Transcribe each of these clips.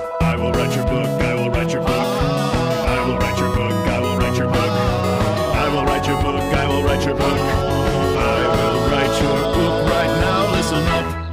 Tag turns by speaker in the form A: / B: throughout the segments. A: write your book. I will write your book. I will write your book. I will write your book. I will write your book. I will write your book. I will write your book right now. Listen up.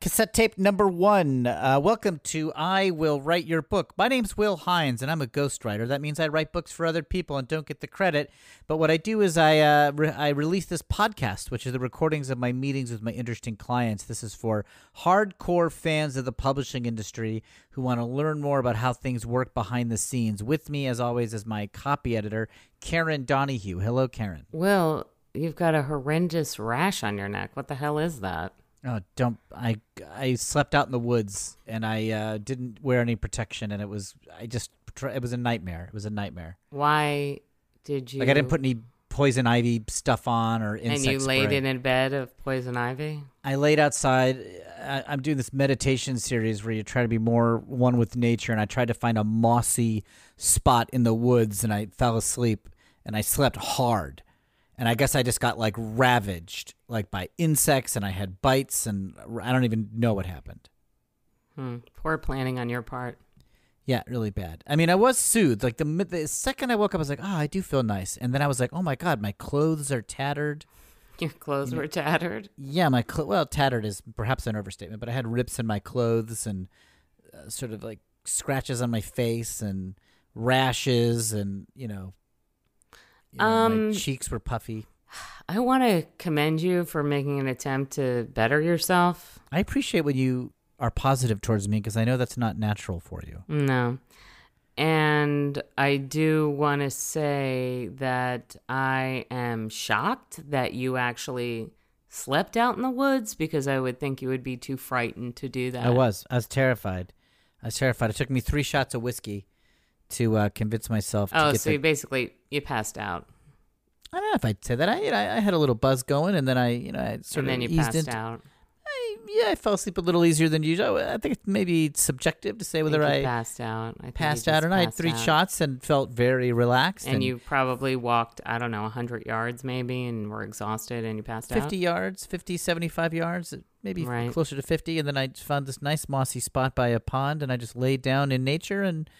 B: Cassette tape number one. Uh, welcome to I Will Write Your Book. My name's Will Hines, and I'm a ghostwriter. That means I write books for other people and don't get the credit. But what I do is I uh, re- I release this podcast, which is the recordings of my meetings with my interesting clients. This is for hardcore fans of the publishing industry who want to learn more about how things work behind the scenes. With me, as always, is my copy editor, Karen Donahue. Hello, Karen.
C: Will, you've got a horrendous rash on your neck. What the hell is that?
B: Oh, don't I? I slept out in the woods and I uh, didn't wear any protection, and it was I just tr- it was a nightmare. It was a nightmare.
C: Why did you?
B: Like I didn't put any poison ivy stuff on or insect
C: And you laid
B: spray.
C: it in bed of poison ivy.
B: I laid outside. I, I'm doing this meditation series where you try to be more one with nature, and I tried to find a mossy spot in the woods, and I fell asleep, and I slept hard, and I guess I just got like ravaged, like by insects, and I had bites, and I don't even know what happened.
C: Hmm. Poor planning on your part.
B: Yeah, really bad. I mean, I was soothed. Like the, mi- the second I woke up, I was like, "Ah, I do feel nice." And then I was like, "Oh my god, my clothes are tattered."
C: Your clothes were tattered.
B: Yeah, my cl- well, tattered is perhaps an overstatement, but I had rips in my clothes and uh, sort of like scratches on my face and rashes and you know, you know,
C: Um,
B: my cheeks were puffy.
C: I want to commend you for making an attempt to better yourself.
B: I appreciate when you are positive towards me because I know that's not natural for you.
C: No. And I do want to say that I am shocked that you actually slept out in the woods because I would think you would be too frightened to do that.
B: I was. I was terrified. I was terrified. It took me three shots of whiskey to uh, convince myself. to
C: Oh,
B: get
C: so
B: the-
C: you basically you passed out
B: I don't know if I'd say that. I, you know, I I had a little buzz going, and then I, you know, I sort
C: and then
B: of
C: you
B: eased
C: passed
B: into.
C: out.
B: I, yeah, I fell asleep a little easier than usual. I think it's maybe subjective to say
C: I think
B: whether I
C: you passed out. I think you
B: passed
C: just
B: out or not. I had
C: passed
B: three
C: out.
B: shots and felt very relaxed.
C: And you probably walked, I don't know, 100 yards maybe and were exhausted and you passed
B: 50
C: out.
B: yards, 50, 75 yards, maybe
C: Right.
B: closer to 50. And then I found this nice mossy spot by a pond, and I just laid down in nature and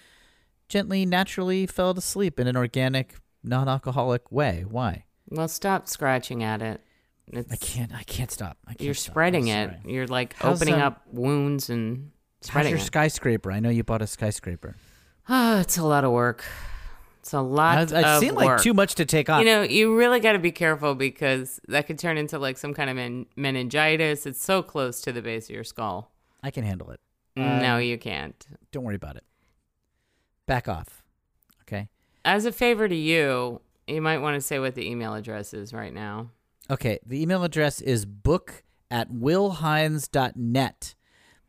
B: gently, naturally fell to sleep in an organic, non alcoholic way. Why?
C: Well, stop scratching at it. It's,
B: I can't. I can't stop. I can't
C: You're
B: stop. I'm
C: spreading it.
B: sorry.
C: You're like
B: How's,
C: opening
B: um,
C: up wounds and
B: How's
C: spreading
B: your
C: it.
B: skyscraper? I know you bought a skyscraper.
C: Ah, it's a lot of work. It's a lot.
B: I, I
C: of
B: seem
C: work.
B: like too much to take on.
C: You know, you really got to be careful because that could turn into like some kind of men- meningitis. It's so close to the base of your skull.
B: I can handle it. Um,
C: no, you can't.
B: Don't worry about it. Back off. Okay.
C: As a favor to you, you might want to say what the email address is right now.
B: Okay. The email address is book at willhines.net.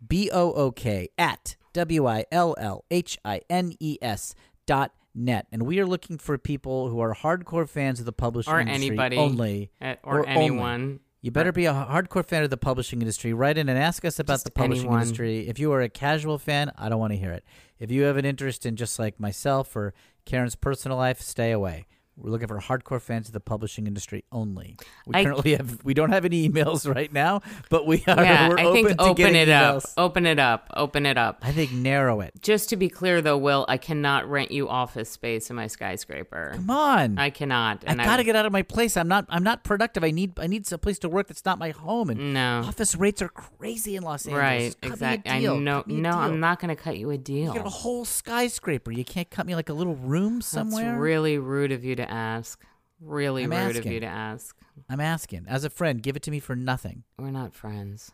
B: B O O K at W I L L H I N E S dot net. And we are looking for people who are hardcore fans of the publishing
C: Or
B: industry
C: anybody.
B: only.
C: At- or
B: only.
C: anyone.
B: You better be a hardcore fan of the publishing industry. Write in and ask us about
C: Just
B: the publishing
C: anyone.
B: industry. If you are a casual fan, I don't want to hear it. If you have an interest in just like myself or Karen's personal life, stay away. We're looking for hardcore fans of the publishing industry only. We
C: I-
B: currently have we don't have any emails right now, but we are
C: Yeah,
B: we're
C: I
B: open
C: think
B: to
C: open
B: getting
C: it up.
B: emails.
C: Open it up. Open it up.
B: I think narrow it.
C: Just to be clear, though, Will, I cannot rent you office space in my skyscraper.
B: Come on.
C: I cannot.
B: I
C: And
B: gotta get out of my place. I'm not. I'm not productive. I need. I need some place to work that's not my home. And
C: No.
B: office rates are crazy in Los Angeles.
C: Right,
B: Cut me a
C: exactly. I
B: deal.
C: know.
B: Cut me a
C: No, I'm
B: deal.
C: not going to cut you a
B: You
C: deal.
B: got a whole skyscraper. You can't cut me like a little room somewhere.
C: Oh. That's really rude of you to ask. Really
B: I'm
C: rude of
B: asking.
C: you to ask.
B: I'm asking as a friend. Give it to me for nothing.
C: We're not friends.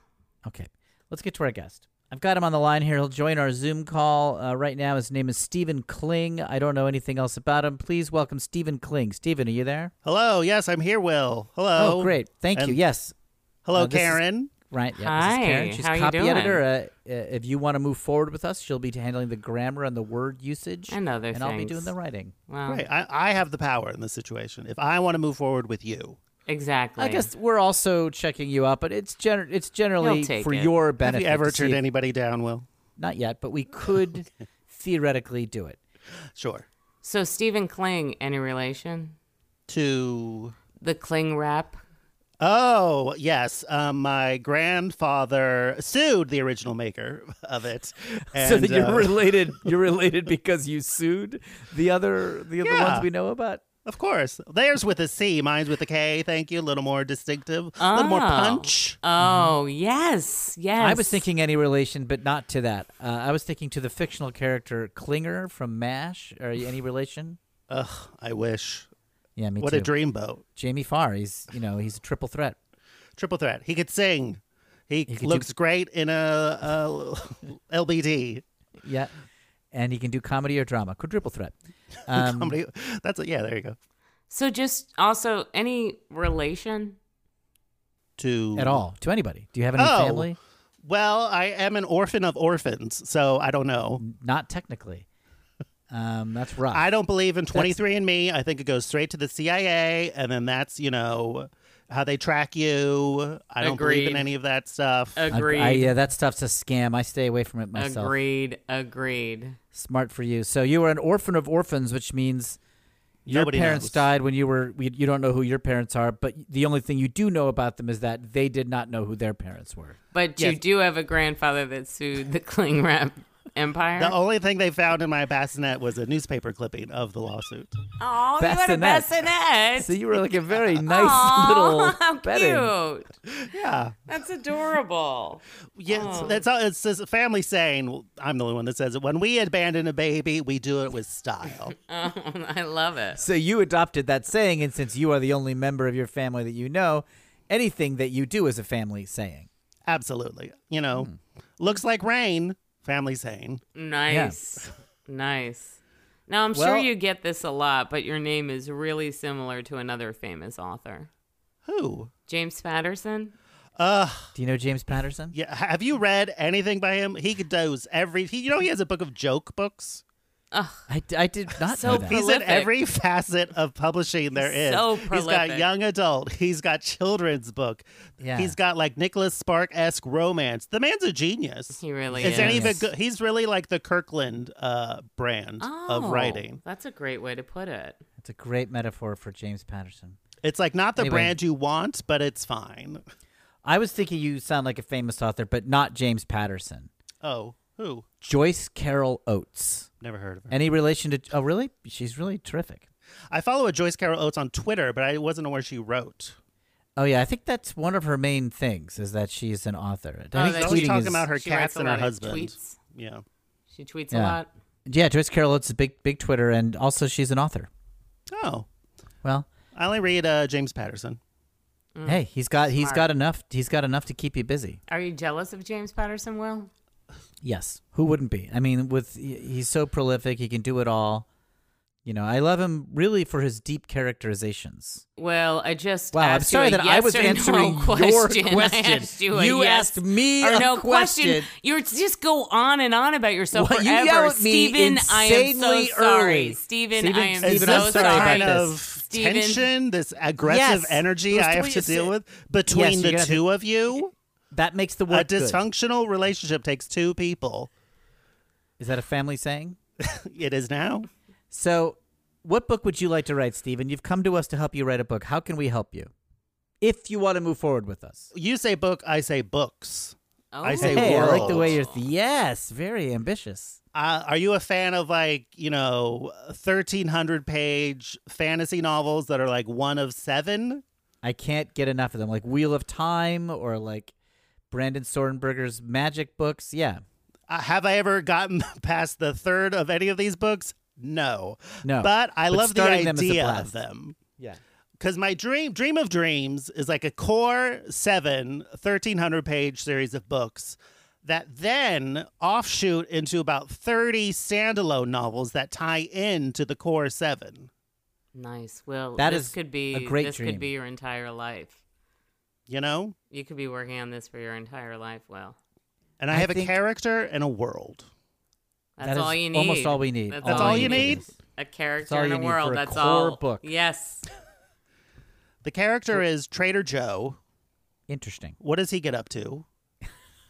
B: Okay, let's get to our guest. I've got him on the line here. He'll join our Zoom call uh, right now. His name is Stephen Kling. I don't know anything else about him. Please welcome Stephen Kling. Stephen, are you there?
D: Hello. Yes, I'm here, Will. Hello.
B: oh, great. Thank you.
D: and-
B: Yes.
D: Hello,
B: Uh, this is-
D: Karen.
B: Right. Yeah, this
C: Hi,
B: is Karen. She's
C: how you
B: copy
C: doing?
B: editor. Uh, uh, if you want to move forward with us, she'll be handling the grammar and the word usage
C: And other
B: and I'll be
C: things.
B: doing the writing.
C: Well,
D: Right.
B: Um,
D: I, I have the power in this situation. If I want to move forward with you,
C: exactly.
B: I guess we're also checking you out, but it's gener- it's generally
C: He'll take
B: for
C: it.
B: your
D: have
B: benefit.
D: you ever
B: to see
D: turned
B: if-
D: anybody down, Will?
B: Not yet, but we could theoretically do it.
D: Sure.
C: So, Stephen Kling, any relation?
D: To
C: The Kling rap?
D: Oh, yes. Um, my grandfather sued the original maker of it.
E: so
D: and,
E: that you're
D: uh,
E: related. You're related because you sued the other the other
D: Yeah.
E: ones we know about.
D: Of course. Theirs with a C, mine's with a K. Thank you. A little more distinctive, a little more
C: Oh.
B: Ah.
D: punch.
C: Oh, yes. Yes.
B: Mm-hmm. I was thinking any relation, but not to that. Uh, I was thinking to the fictional character Klinger from MASH. Are you any relation?
D: Ugh, I wish.
B: Yeah, me
D: what
B: too.
D: a dreamboat.
B: Jamie Farr. He's you know he's a triple threat.
D: Triple threat. He could sing. He,
B: could do-
D: looks great in a, a LBD.
B: Yeah, and he can do comedy or drama. Quadruple threat. Um,
D: Somebody, that's a, yeah. There you go.
C: So just also any relation?
D: To
B: Um, at all to anybody? Do you have any
D: Oh.
B: family?
D: Well, I am an orphan of orphans, so I don't know.
B: Not technically. Um, that's rough.
D: I don't believe in 23andMe. I think it goes straight to the CIA, and then that's, you know, how they track you. I don't believe in
C: Agreed.
D: any of that stuff.
C: Agreed.
B: I, I, yeah, that stuff's a scam. I stay away from it myself.
C: Agreed. Agreed.
B: Smart for you. So you were an orphan of orphans, which means your
D: Nobody
B: parents
D: knows.
B: died when you were. You you don't know who your parents are, but the only thing you do know about them is that they did not know who their parents were.
C: But you
D: Yes.
C: do have a grandfather that sued the Kling Rap Empire.
D: The only thing they found in my bassinet was a newspaper clipping of the lawsuit.
C: oh, you had a
B: Bassinet.
C: bassinet.
E: So you were like a very nice
C: Aw, how
E: little betting.
C: cute.
D: Yeah.
C: That's adorable.
D: Yeah, it's- that's all. It's just a family saying. I'm the only one that says it. When we abandon a baby, we do it with style.
C: I love it.
B: So you adopted that saying, and since you are the only member of your family that you know, anything that you do is a family saying.
D: Absolutely. You know, looks like rain. Family saying.
C: Nice. Nice. Now, I'm sure
B: Well-
C: you get this a lot, but your name is really similar to another famous author,
D: Who?
C: James Patterson.
D: Uh,
B: Do you know James Patterson?
D: yeah. ha- Have you read anything by him? He does every. He, you know, he has a book of joke books.
B: I, I did not
C: So
B: know that.
D: He's in
C: Prolific.
D: every facet of publishing there is.
C: So
D: He's got
C: prolific.
D: young adult. He's got children's book.
B: Yeah.
D: He's got like Nicholas Spark esque romance. The man's a genius.
C: He really
D: It's
C: is.
D: any of it
B: Yes.
D: good? He's really like the Kirkland uh, brand of
C: Oh,
D: writing.
C: That's a great way to put it.
B: That's a great metaphor for James Patterson.
D: It's like not the
B: Anyway.
D: brand you want, but it's fine.
B: I was thinking you sound like a famous author, but not James Patterson.
D: Oh, who?
B: Joyce Carol Oates.
D: Never heard of her.
B: Any relation to? Oh, really? She's really terrific.
D: I follow a Joyce Carol Oates on Twitter, but I wasn't aware she wrote.
B: Oh yeah, I think that's one of her main things is that she's an author. I
C: Oh,
B: think
C: that
D: She's
B: tweeting
D: talking
B: is-
D: about her
C: she
D: cats
C: writes a
D: and her
C: lot of
D: husband.
C: tweets.
D: Yeah.
C: She tweets a
B: Yeah.
C: lot.
B: Yeah, Joyce Carol Oates is a big, big Twitter, and also she's an author.
D: Oh,
B: Well,
D: I only read uh, James Patterson.
B: hey, he's got he's
C: Smart.
B: got enough. He's got enough to keep you busy.
C: Are you jealous of James Patterson, Will?
B: Yes, who wouldn't be? I mean, with he- he's so prolific, he can do it all. You know, I love him really for his deep characterizations.
C: Well, I just
B: Wow, I'm
C: asked
B: sorry
C: you a
B: that
C: yes
B: I was
C: or no
B: answering
C: question.
B: your
C: I
B: question.
C: asked you a
B: You
C: yes
B: asked me
C: or
B: a
C: no
B: question.
C: You're just go on and on about yourself
B: Well, you
C: forever.
B: yell at me
C: Steven, I am so
B: insanely
C: sorry.
B: early.
C: Steven,
B: Steven-
C: I am
B: Steven,
C: so
B: I'm
D: this the
B: sorry about
D: kind
B: this.
D: of
C: Steven-
D: tension, this aggressive
B: Yes.
D: energy
B: Those
D: I have
B: tweets
D: to deal
B: said-
D: with between
B: you
D: the
B: gotta-
D: two of you?
B: That makes the
D: A
B: word good.
D: dysfunctional relationship takes two people.
B: Is that a family saying?
D: It is now.
B: So, what book would you like to write, Stephen? You've come to us to help you write a book. How can we help you? If you want to move forward with us.
D: You say book, I say books.
C: Oh.
D: I say
B: Hey, I like the
D: world.
B: way you're. Th- yes, very ambitious.
D: Uh, are you a fan of like, you know, 1300 page fantasy novels that are like one of seven?
B: I can't get enough of them, like Wheel of Time or like Brandon Sorenberger's magic books. Yeah,
D: Uh, have I ever gotten past the third of any of these books? No.
B: No.
D: But I
B: But
D: love the
B: starting them is a
D: idea of
B: blast.
D: them.
B: yeah.
D: Because my dream, dream of dreams is like a core seven, 1300 page series of books that then offshoot into about 30 standalone novels that tie in to the core seven.
C: Nice. Well,
B: That
C: this
B: is
C: could be
B: a great
C: this
B: dream.
C: could be your entire life.
D: You know?
C: You could be working on this for your entire life, Will.
D: And I,
B: I
D: have a
B: think-
D: character and a world.
C: That's
B: That is
C: all you need.
B: almost all we need.
C: That's
D: That's
C: all,
D: all you need?
C: is A character
B: all
C: in
B: you
C: a
B: need for
C: world.
B: a
C: That's
B: core
C: all.
B: book.
C: Yes.
D: The character is Trader Joe.
B: Interesting.
D: What does he get up to?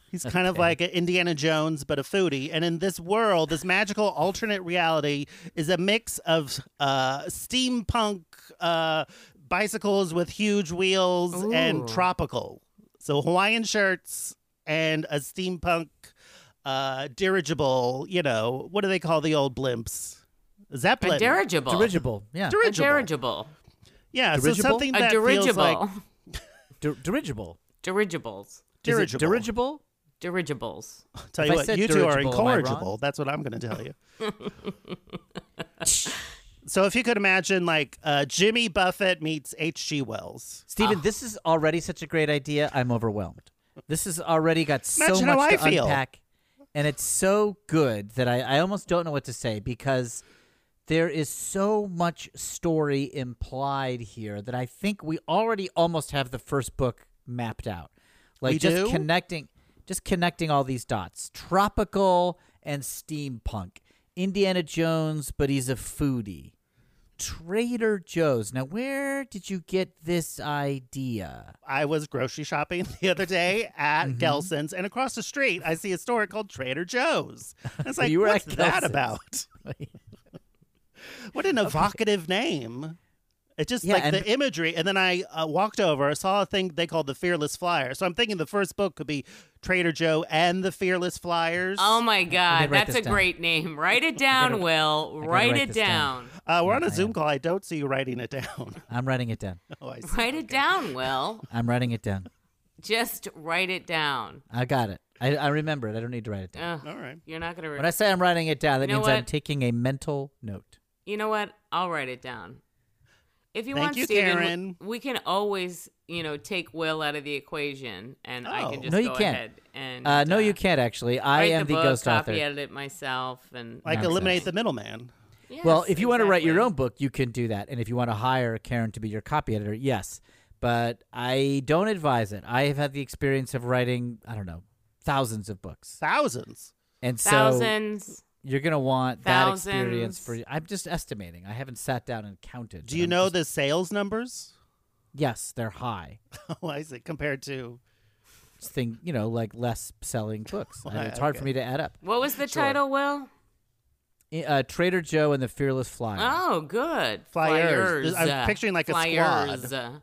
D: He's kind of like an Indiana Jones, but a foodie. And in this world, this magical alternate reality is a mix of uh, steampunk, uh, bicycles with huge wheels
C: Ooh.
D: and tropical. So Hawaiian shirts and a steampunk uh, dirigible. You know what do they call the old blimps? Zeppelin.
C: A dirigible.
B: Dirigible. Yeah.
C: A
D: dirigible.
C: dirigible.
D: Yeah. So
B: Dirigible?
D: something
C: A
D: that feels like
C: dirigible.
B: Dir- dirigible.
C: Dirigibles.
B: Is it
D: dirigible.
B: dirigible?
C: Dirigibles.
D: Tell
B: If
D: you
B: I
D: what,
B: said
D: you two are
B: dirigible, am I wrong?
D: incorrigible. That's what I'm going to tell you. so if you could imagine, like uh, Jimmy Buffett meets H.G. Wells.
B: Stephen, this is already such a great idea. I'm overwhelmed. This has already got so
D: Imagine how
B: much
D: I
B: to
D: feel.
B: unpack, and it's so good that I, I almost don't know what to say because there is so much story implied here that I think we already almost have the first book mapped out. Like
D: We
B: just
D: do?
B: connecting, just connecting all these dots: tropical and steampunk, Indiana Jones, but he's a foodie. Trader Joe's. Now, where did you get this idea?
D: I was grocery shopping the other day at
B: Mm-hmm.
D: Gelson's, and across the street, I see a store called Trader Joe's. And It's like,
B: You were at
D: what's that
B: Gelson's.
D: about? what an evocative name. It just
B: Yeah,
D: like
B: and-
D: the imagery. And then I uh, walked over, saw a thing they called the Fearless Flyer. So I'm thinking the first book could be Trader Joe and the Fearless Flyers.
C: Oh my
B: gotta
C: God,
B: write this
C: that's a
B: down.
C: great name. Write it down, Will. Write,
B: write
C: it
B: this down.
C: down.
D: uh, we're on a Zoom call. I don't see you writing it down.
B: I'm writing it down.
D: oh, I see.
C: Write it down, Will.
B: I'm writing it down.
C: Just write it down.
B: I got it. I, I remember it. I don't need to write it down.
C: Ugh,
D: All right.
C: you're not gonna. Re-
B: When I say I'm writing it down, that
C: You know
B: means I'm
C: what?
B: taking a mental note.
C: you know what? I'll write it down. If you
D: Thank
C: want,
D: you,
C: Steven, we-
D: Karen.
C: we can always, you know, take Will out of the equation, and I
D: Oh.
C: can just
B: No, you
C: go
B: can't.
C: ahead and.
B: Uh, no, you can't actually. I
C: write
B: am the,
C: book,
B: ghost
C: copy
B: author.
C: edit myself, and
D: Like
B: Nonsense.
D: eliminate the middleman.
C: Yes,
B: well, if you want to write your
C: exactly.
B: own book, you can do that. And if you want to hire Karen to be your copy editor, yes. But I don't advise it. I have had the experience of writing, I don't know, thousands of books.
D: Thousands.
B: And so
C: thousands.
B: you're going to want that experience for
C: Thousands.
B: I'm just estimating. I haven't sat down and counted.
D: Do
B: but
D: you
B: I'm
D: know
B: just-
D: the sales numbers?
B: Yes, they're high.
D: Oh, I see. Compared to
B: thing, you know, like less selling books. And
D: Why,
B: it's hard for
D: okay.
B: me to add up.
C: What was the title, Will?
B: I- Uh, Trader Joe and the Fearless Flyer.
C: Oh, good.
D: Flyers.
C: Flyers.
D: I was picturing like a Mm-hmm.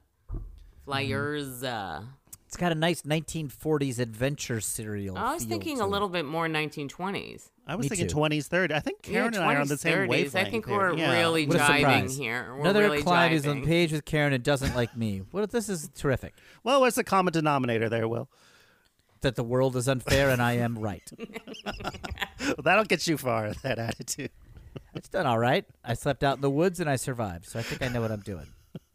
C: Flyers. Flyers.
B: It's got a nice 1940s adventure serial.
C: I was
B: feel
C: thinking
B: to
C: a
B: it.
C: little bit more 1920s.
D: I was
B: Me
D: thinking
B: too.
D: twenties, thirties. I think Karen
C: yeah,
D: and I are on the
C: 20s,
D: same
C: 30s.
D: wavelength.
C: I think
D: here.
C: we're
D: Yeah.
C: really
B: What a
C: driving
B: surprise.
C: here. We're
B: Another
C: really
B: Clive
C: driving.
B: is on page with Karen and doesn't like me. What if this is terrific?
D: Well, what's the common denominator there, Will?
B: That the world is unfair and I am right.
D: Well, that'll get you far. That attitude.
B: It's done all right. I slept out in the woods and I survived, so I think I know what I'm doing.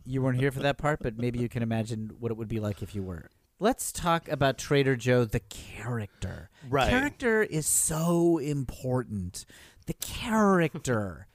B: You weren't here for that part, but maybe you can imagine what it would be like if you were. Let's talk about Trader Joe, the character.
D: Right.
B: Character is so important. The character.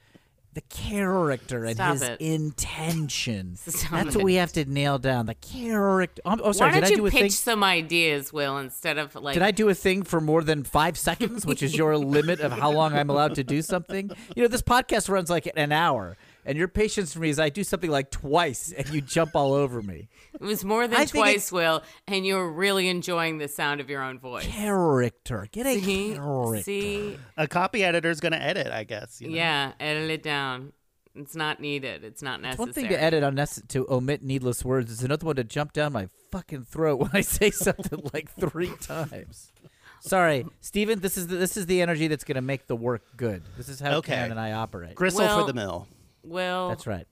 B: The character and
C: Stop
B: his
C: it.
B: intention.
C: Stop
B: That's what we have to nail down. The character. Oh, I'm- oh, sorry.
C: Why
B: did
C: don't
B: I
C: you
B: do a
C: pitch
B: thing?
C: some ideas, Will, instead of like?
B: Did I do a thing for more than five seconds, which is your limit of how long I'm allowed to do something? You know, this podcast runs like an hour, and your patience for me is I do something like twice, and you jump all over me.
C: It was more than
B: I think it-
C: twice, Will, and you were really enjoying the sound of your own voice.
B: Character, get a
C: See,
B: character.
C: see,
D: A copy editor's going to edit, I guess. you know?
C: yeah, edit it down. It's not needed. It's not necessary.
B: One thing to edit on nece- to omit needless words is another one to jump down my fucking throat when I say something like three times. Sorry, Steven, this is the, this is the energy that's going to make the work good. This is how
D: Okay.
B: Karen and I operate.
D: Gristle
C: Well-
D: for the mill.
C: Will,
B: That's right.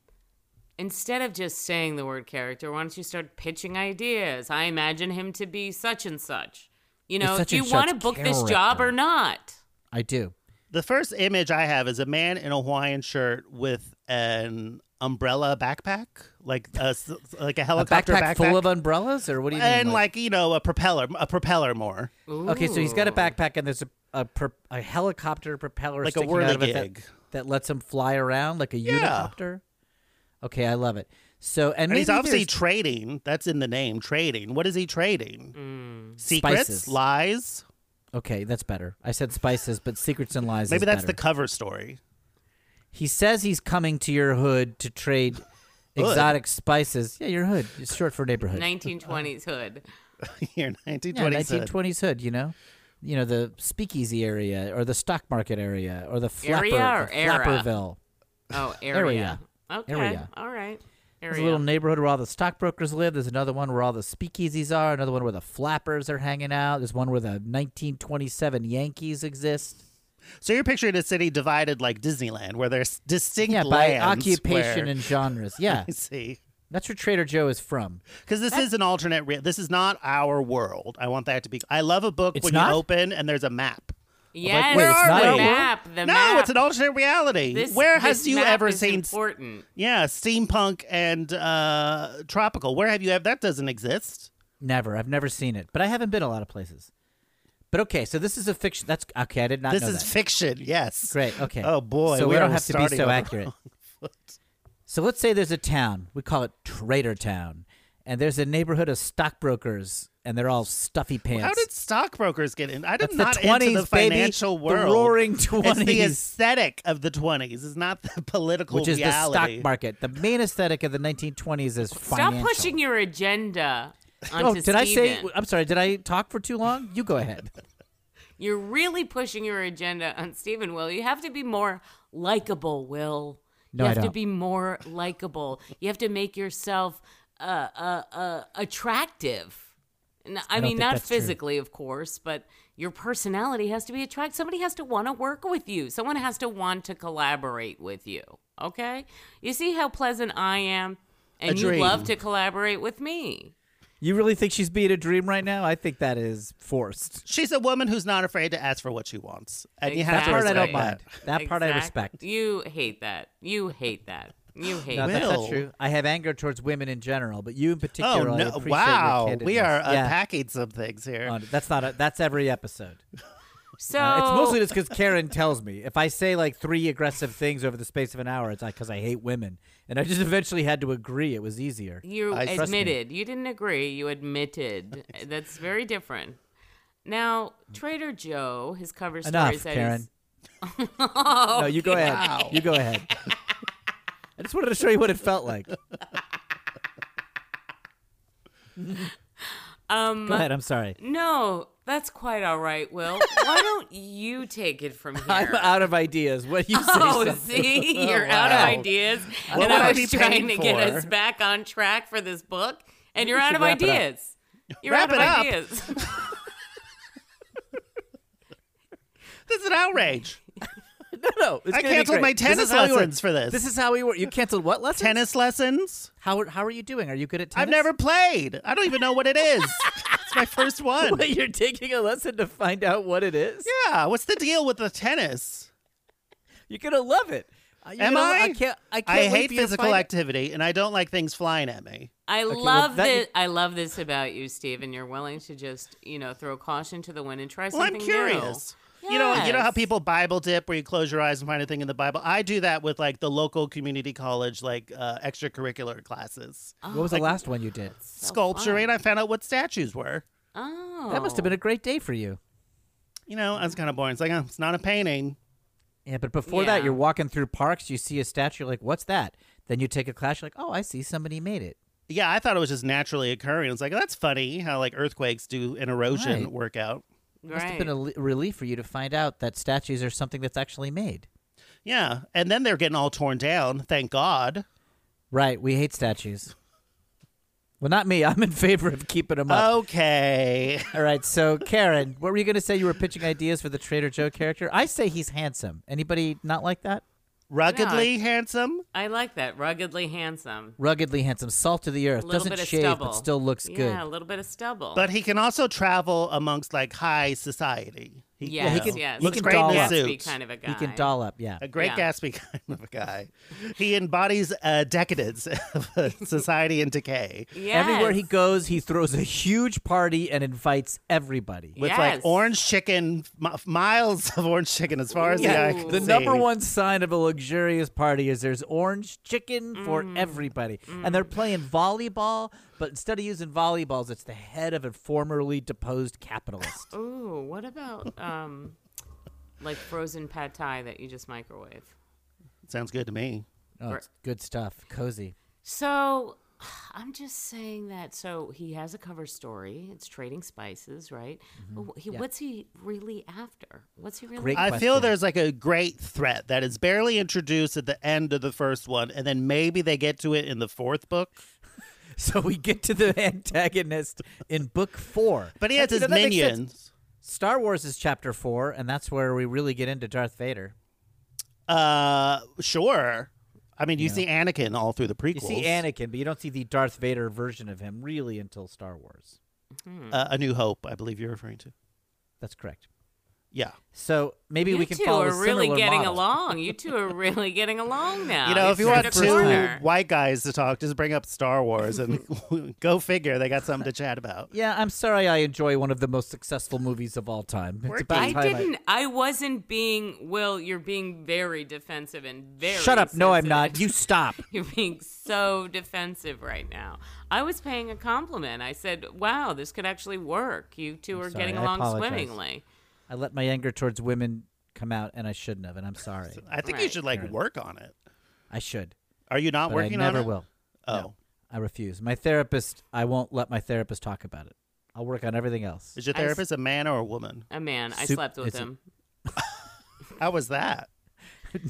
C: instead of just saying the word character, why don't you start pitching ideas? I imagine him to be such and such. You know,
B: such
C: do you
B: and
C: want to
B: such
C: book this job
B: character.
C: or not?
B: I do.
D: The first image I have is a man in a Hawaiian shirt with an umbrella backpack, like a, s- like a
B: A
D: helicopter
B: backpack, full of umbrellas, or what do you mean?
D: and like you know a propeller, a propeller more,
B: Okay, so he's got a
C: Ooh.
B: backpack and there's a a, pro- a helicopter propeller
D: like a
B: sticking out of it that,
D: whirligig.
B: that lets him fly around like a
D: Yeah.
B: helicopter. Okay, I love it. So and,
D: And he's
B: maybe
D: obviously
B: there's-
D: trading. That's in the name, trading. What is he trading?
C: Mm.
D: Secrets,
B: Spices.
D: lies.
B: okay, that's better. I said spices, but secrets and lies.
D: Maybe
B: is
D: that's
B: better.
D: the cover story.
B: He says he's coming to your hood to trade exotic spices. Yeah, your hood. It's short for neighborhood.
C: 1920s hood.
D: Here,
B: yeah,
D: 1920s.
B: 1920s hood. You know, you know the speakeasy area or the stock market area or the flapper,
C: Area or
B: the
C: era?
B: flapperville.
C: Oh, area. Okay.
B: Area.
C: All right.
B: There's
C: area.
B: a little neighborhood where all the stockbrokers live. There's another one where all the speakeasies are. Another one where the flappers are hanging out. There's one where the 1927 Yankees exist.
D: So you're picturing a city divided like Disneyland, where there's distinct
B: Yeah, by
D: lands
B: occupation
D: where-
B: and genres. Yeah,
D: I see.
B: that's where Trader Joe is from.
D: Because this is an alternate. Re- this is not our world. I want that to be. I love a book
B: It's
D: when
B: not?
D: you open and there's a map.
C: yes,
B: wait, it's not
C: the
B: a world?
C: map. The
D: no,
C: map.
D: it's an alternate reality.
C: This,
D: Where
C: this
D: has you
C: map
D: ever
C: is
D: seen?
C: Important.
D: Yeah, steampunk and uh, tropical. Where have you ever? That doesn't exist.
B: Never. I've never seen it, but I haven't been a lot of places. But okay, so this is a fiction. That's okay. I did not
D: This
B: know
D: is
B: that.
D: fiction. Yes.
B: Great. Okay.
D: Oh, boy,
B: So we
D: we
B: don't
D: are
B: have to be
D: starting
B: so
D: on-
B: accurate. so let's say there's a town. We call it Trader Town, and there's a neighborhood of stockbrokers, and they're all stuffy pants.
D: How did stockbrokers get in? I did
B: That's the
D: not
B: 20s,
D: into the
B: baby.
D: financial
B: The
D: world.
B: roaring
D: It's the
B: 20s.
D: aesthetic of the twenties. It's not the political
B: which is
D: reality.
B: the stock market. The main aesthetic of the 1920s is financial.
C: Stop pushing your agenda onto
B: Oh, did I say?
C: Steven.
B: I'm sorry. Did I talk for too long? You go ahead.
C: You're really pushing your agenda on Stephen, Will. You have to be more likable, Will.
B: No,
C: you
B: I
C: have to
B: don't.
C: be more likable. You have to make yourself uh, uh, uh, attractive. N- I, mean,
B: think
C: not
B: that's true.
C: physically, of course, but your personality has to be attractive. Somebody has to want to work with you. Someone has to want to collaborate with you. Okay? You see how pleasant I am? And you
D: dream.
C: love to collaborate with me.
B: You really think she's being a dream right now? I think that is forced.
D: She's a woman who's not afraid to ask for what she wants, and you have
B: That
D: to
B: part I
D: respect
B: don't
D: that.
B: mind. That part I
C: Exact-
B: respect.
C: You hate that. You hate that. You hate
B: No,
C: that.
B: that's not
D: Will.
B: true. I have anger towards women in general, but you in
D: Oh
B: particular. I
D: no!
B: appreciate your
D: Wow, we
B: candidness.
D: are
B: Yeah.
D: unpacking some things here.
B: Oh, That's not. A, that's every episode.
C: So
B: Uh, it's mostly just because Karen tells me. If I say like three aggressive things over the space of an hour, it's like because I hate women, and I just eventually had to agree. It was easier.
C: you
D: I- Trust
B: me.
C: admitted. You didn't agree. You admitted. That's very different. Now, Trader Joe, his cover story
B: Enough,
C: said
B: Karen.
C: he's-
B: no, you go ahead. You go ahead. I just wanted to show you what it felt like.
C: um
B: Go ahead. I'm sorry.
C: no, that's quite all right, Will. Why don't you take it from here?
B: I'm out of ideas. What do you say?
C: Oh,
B: Seth?
C: see, you're out of
D: wow.
C: ideas,
D: would
C: and I
D: I
C: was
D: be
C: trying
D: paying
C: to get
D: for?
C: us back on track for this book, and you're out
B: should
C: of
B: wrap it up.
C: ideas. You're
D: Wrap
C: out of
D: it up.
C: ideas.
D: This is an outrage.
B: no, it's gonna be
D: I canceled
B: great.
D: my
B: This
D: tennis
B: is how we were-
D: lessons for this.
B: This is how we were. You canceled what lesson?
D: Tennis lessons.
B: How how are you doing? Are you good at tennis?
D: I've never played. I don't even know what it is. it's my first one.
B: Wait, you're taking a lesson to find out what it is.
D: Yeah, what's the deal with the tennis?
B: You're gonna love it. Uh, you're
D: Am
B: gonna-
D: I?
B: I can't. I can't.
D: I
B: wait
D: hate
B: for you to
D: physical
B: find it.
D: activity, and I don't like things flying at me.
C: I
B: well,
C: love
B: that-
C: this. I love this about you, Steven. You're willing to just, you know, throw caution to the wind and try
D: Well,
C: something
D: I'm curious. You know, you know how
C: Yes.
D: people Bible dip, where you close your eyes and find a thing in the Bible. I do that with like the local community college, like uh, extracurricular classes,
C: new.
B: What was the last one you did?
D: sculpturing. I found out what statues were.
C: Oh,
B: That must have been a great day for you.
D: You know, I was
C: Mm.
D: kind of boring. It's like oh, it's not a painting.
B: Yeah, but before
C: Yeah.
B: that, you're walking through parks. You see a statue. You're like, "What's that?" Then you take a class. You're like, "Oh, I see. Somebody made it."
D: Yeah, I thought it was just naturally occurring. It's like oh, that's funny how like earthquakes do an erosion
B: Right.
D: workout.
B: Must have been a
C: Right.
B: li- relief for you to find out that statues are something that's actually made.
D: Yeah, and then they're getting all torn down. Thank God.
B: Right. We hate statues. Well, not me. I'm in favor of keeping them up.
D: Okay.
B: All right. So, Karen, what were you going to say? You were pitching ideas for the Trader Joe character. I say he's handsome. Anybody not like that?
D: Ruggedly handsome.
C: I like that. Ruggedly handsome.
B: Ruggedly handsome, salt of the
C: A
B: earth,
C: little
B: doesn't
C: bit of
B: shave
C: stubble.
B: but still looks good.
C: Yeah, a little bit of stubble.
D: But he can also travel amongst like high society. He,
C: yes,
B: he can-
C: yes.
B: he
D: looks
B: can
D: great in
B: doll
D: a
B: up.
D: suit.
C: Gatsby kind of a guy.
B: He can doll up. Yeah.
D: a great
C: Yeah.
D: Gatsby kind of a guy. He embodies uh, decadence of uh, society and decay with
C: Yes.
B: Everywhere he goes, he throws a huge party and invites everybody.
C: Yes.
D: like orange chicken, mi- miles of orange chicken as far as the eye
C: Ooh.
D: can
B: The
D: see.
B: number one sign of a luxurious party is there's orange chicken for
C: Mm.
B: everybody. And they're playing volleyball, but instead of using volleyballs, it's the head of a formerly deposed capitalist.
C: Ooh, what about um, like frozen pad thai that you just microwave?
D: Sounds good to me.
B: Oh, it's good stuff. Cozy.
C: So I'm just saying that. So he has a cover story. It's trading spices, right? But wh- he, What's he really after? What's he really?
B: Mm-hmm. Great
D: I feel
B: question.
D: there's like a great threat that is barely introduced at the end of the first one, and then maybe they get to it in the fourth book.
B: So we get to the antagonist in book four.
D: But he has
B: That- you
D: his
B: know, that makes sense.
D: minions.
B: Star Wars is chapter four, and that's where we really get into Darth Vader.
D: Uh, sure. I mean, you see Anakin all through the prequels.
B: You see Anakin, but you don't see the Darth Vader version of him really until Star Wars.
D: uh, A New Hope, I believe you're referring to.
B: That's correct.
D: Yeah.
B: So maybe
C: You
B: we can
C: two
B: follow
C: are
B: a
C: really
B: similar
C: getting
B: model.
C: along. You two are really getting along now.
D: You know, if you
C: turned
D: want
C: a
D: two
C: corner.
D: white guys to talk, just bring up Star Wars and go figure. They got something to chat about.
B: Yeah, I'm sorry. I enjoy one of the most successful movies of all time. It's about
C: I
B: time
C: didn't. I wasn't being. Will, you're being very defensive and very.
B: Shut up! No, I'm not.
C: sensitive.
B: You stop.
C: You're being so defensive right now. I was paying a compliment. I said, "Wow, this could actually work. You two are
B: sorry,
C: getting
B: I
C: along
B: apologize.
C: swimmingly."
B: I let my anger towards women come out, and I shouldn't have, and I'm sorry.
D: I think you
C: Right.
D: should like work on it.
B: I should,
D: Are you not
B: but I
D: working
B: never
D: on it?
B: will.
D: Oh,
B: I refuse. My therapist. I won't let my therapist talk about it. I'll work on everything else.
D: is your
C: I s-
D: therapist a man or a woman?
C: A man. I
B: Sup-
C: slept with
B: it's a-
C: him.
D: How was that?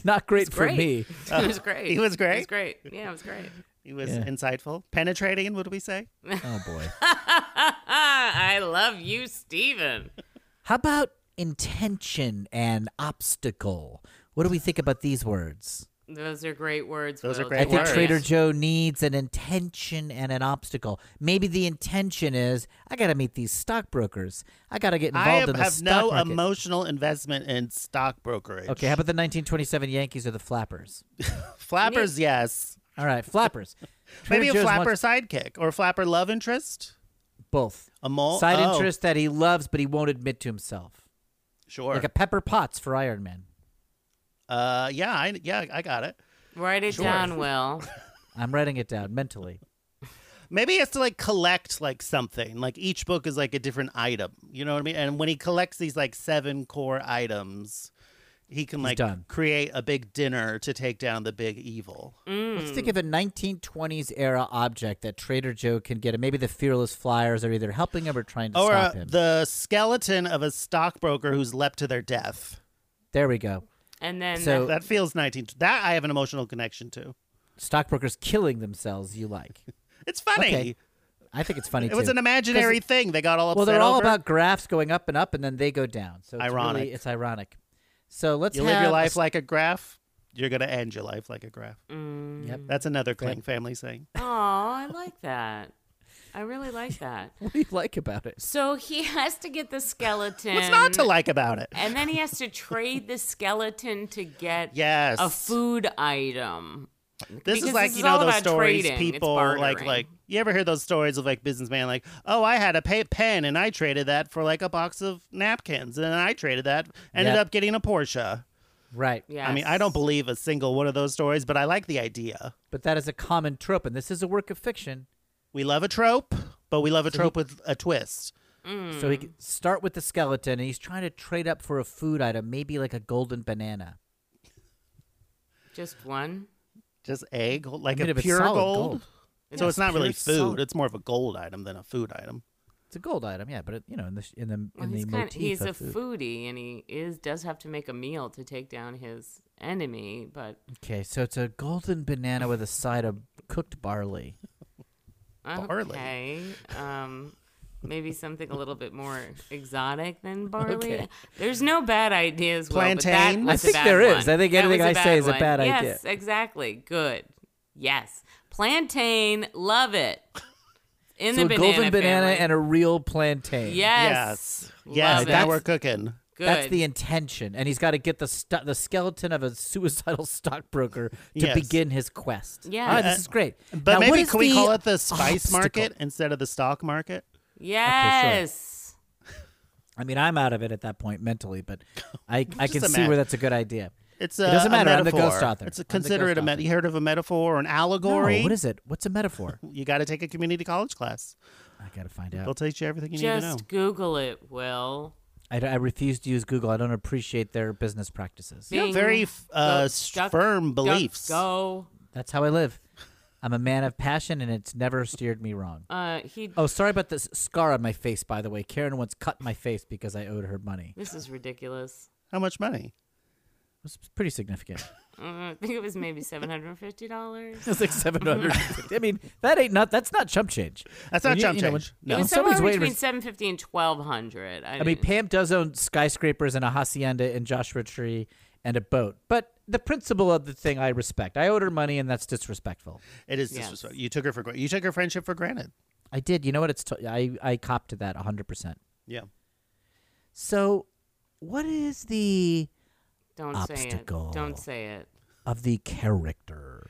B: Not great for
C: great.
B: me.
C: it was great. It
D: he was
C: was
D: great?
C: great. Yeah, it was great.
D: He was
B: Yeah.
D: insightful, penetrating. Would we say?
B: Oh boy.
C: Ah, I love you, Steven.
B: How about intention and obstacle? What do we think about these words?
C: Those are great words.
D: Those are
C: Will.
D: great
B: I
C: Thank
B: think
D: words.
C: you.
B: Trader Joe needs an intention and an obstacle. Maybe the intention is I got to meet these stockbrokers. I got to get involved
D: I
B: in
D: have,
B: the
D: have
B: stock
D: no
B: market.
D: emotional investment in stock brokerage.
B: okay, how about the 1927 Yankees or the Flappers?
D: flappers? Yes,
B: All right, Flappers. Trader
D: maybe a
B: Joe's
D: flapper
B: wants
D: sidekick or a flapper love interest.
B: both
D: A mole
B: side
D: oh,
B: interest that he loves but he won't admit to himself,
D: Sure.
B: like a Pepper Potts for Iron Man.
D: uh, yeah, I, yeah, I got it.
C: Write it down, Will.
B: I'm writing it down mentally.
D: Maybe he has to like collect like something. Like each book is like a different item. You know what I mean? And when he collects these like seven core items, he can like
B: done.
D: create a big dinner to take down the big evil. Mm.
B: Let's think of a 1920s era object that Trader Joe can get, and maybe the fearless flyers are either helping him or trying to
D: Or uh,
B: stop him.
D: the skeleton of a stockbroker who's leapt to their death.
B: there we go.
C: And then
B: So-
D: That feels 19. That I have an emotional connection to.
B: Stockbrokers killing themselves. You like?
D: It's funny.
B: Okay, I think it's funny.
D: It was
B: too.
D: an imaginary
B: 'Cause-
D: thing. They got all upset
B: Well, they're all
D: over.
B: about graphs going up and up, and then they go down. So it's
D: Ironic.
B: Really, it's ironic. So let's
D: you live your
B: have a
D: life
B: s-
D: like a graph. You're gonna end your life like a graph.
C: Mm.
B: Yep.
D: That's another Kling family saying.
C: Oh, I like that. I really like that.
B: What do you like about it?
C: So he has to get the skeleton.
D: What's not to like about it?
C: And then he has to trade the skeleton to get
D: Yes.
C: a food item.
D: This
C: because
D: is like
C: this
D: you
C: is
D: know
C: all
D: those
C: about
D: stories
C: trading. It's
D: people like
C: bartering.
D: like you ever hear those stories of like businessman like oh I had a pay- pen and I traded that for like a box of napkins and then I traded that ended
B: Yep.
D: up getting a Porsche.
B: Right.
C: Yes.
D: I mean I don't believe a single one of those stories, but I like the idea.
B: But that is a common trope, and this is a work of fiction.
D: We love a trope, but we love a trope with a twist.
B: So
C: Hmm.
B: he can start with the skeleton, and he's trying to trade up for a food item, maybe like a golden banana.
C: Just one.
D: Just egg, like
B: I mean,
D: a
B: if it's
D: pure
B: solid
D: gold.
B: gold.
D: So it's not
B: pure
D: really food;
B: solid-
D: it's more of a gold item than a food item.
B: It's a gold item, yeah. But it, you know, in the sh- in the
C: Well,
B: in
C: he's
B: the
C: kind
B: motif
C: he's
B: of
C: a
B: food.
C: foodie and he is does have to make a meal to take down his enemy, but
B: Okay, so it's a golden banana with a side of cooked barley.
D: Barley.
C: okay. Um maybe something a little bit more exotic than barley.
B: Okay.
C: There's no bad ideas, Will, but that
D: Plantain?
B: I
C: was a
B: think
C: bad
B: there is.
C: one.
B: I think
C: That
B: anything
C: was a
B: I say is a
C: one.
B: bad idea.
C: Yes, exactly. Good. Yes. Plantain, love it. In
B: so
C: the
B: a
C: banana
B: golden banana
C: family.
B: and a real plantain.
C: Yes.
D: yes, yes.
C: Love
D: Now
C: it.
D: we're cooking.
C: Good.
B: That's the intention, and he's got to get the stu- the skeleton of a suicidal stockbroker to
D: Yes. Uh,
B: begin his quest.
C: Yeah.
B: All right, this is great.
D: But
B: Now, what
D: maybe
B: is
D: can we
B: the
D: call it the spice
B: obstacle?
D: market instead of the stock market?
C: Yes.
B: I mean, I'm out of it at that point mentally, but I I
D: Just
B: can
D: a
B: see
D: mat-
B: where that's a good idea.
D: It's a,
B: It doesn't
D: a
B: matter, I'm the
D: metaphor.
B: ghost author.
D: It's
B: I'm
D: a,
B: the
D: consider
B: ghost
D: it a
B: author.
D: met- you heard of a metaphor or an
B: No,
D: allegory?
B: what is it? What's a metaphor?
D: You got to take a community college class.
B: I gotta find
D: They'll
B: out.
D: teach you everything you need to know.
C: Just Google it, Will.
B: I, I refuse to use Google. I don't appreciate their business practices.
D: You have very f- uh, s- firm beliefs.
C: Duck, go.
B: That's how I live. I'm a man of passion, and it's never steered me wrong.
C: Uh, he.
B: Oh, sorry about this scar on my face, by the way. Karen once cut my face because I owed her money. It
C: This is ridiculous.
D: How much money?
B: was pretty significant.
C: Uh, I think it was maybe seven hundred and fifty dollars.
B: It was like seven hundred. I mean, that ain't not. That's not chump change.
D: That's
B: When
D: not
B: you-
D: jump
B: you know, when-
D: change.
C: It
D: no.
C: was
B: Well, somebody's
C: somewhere
B: waiting
C: between
B: for-
C: seven fifty and twelve hundred. I,
B: I mean,
C: didn't-
B: Pam does own skyscrapers and a hacienda in Joshua Tree and a boat, but the principle of the thing I respect. I owed her money, and that's disrespectful.
D: It is
C: Yes.
D: disrespectful. You took her for gra- you took her friendship for granted.
B: I did. You know what? It's t- I I copped to that hundred percent.
D: Yeah.
B: So, what is the
C: don't
B: obstacle.
C: say it. Don't say it.
B: of the character?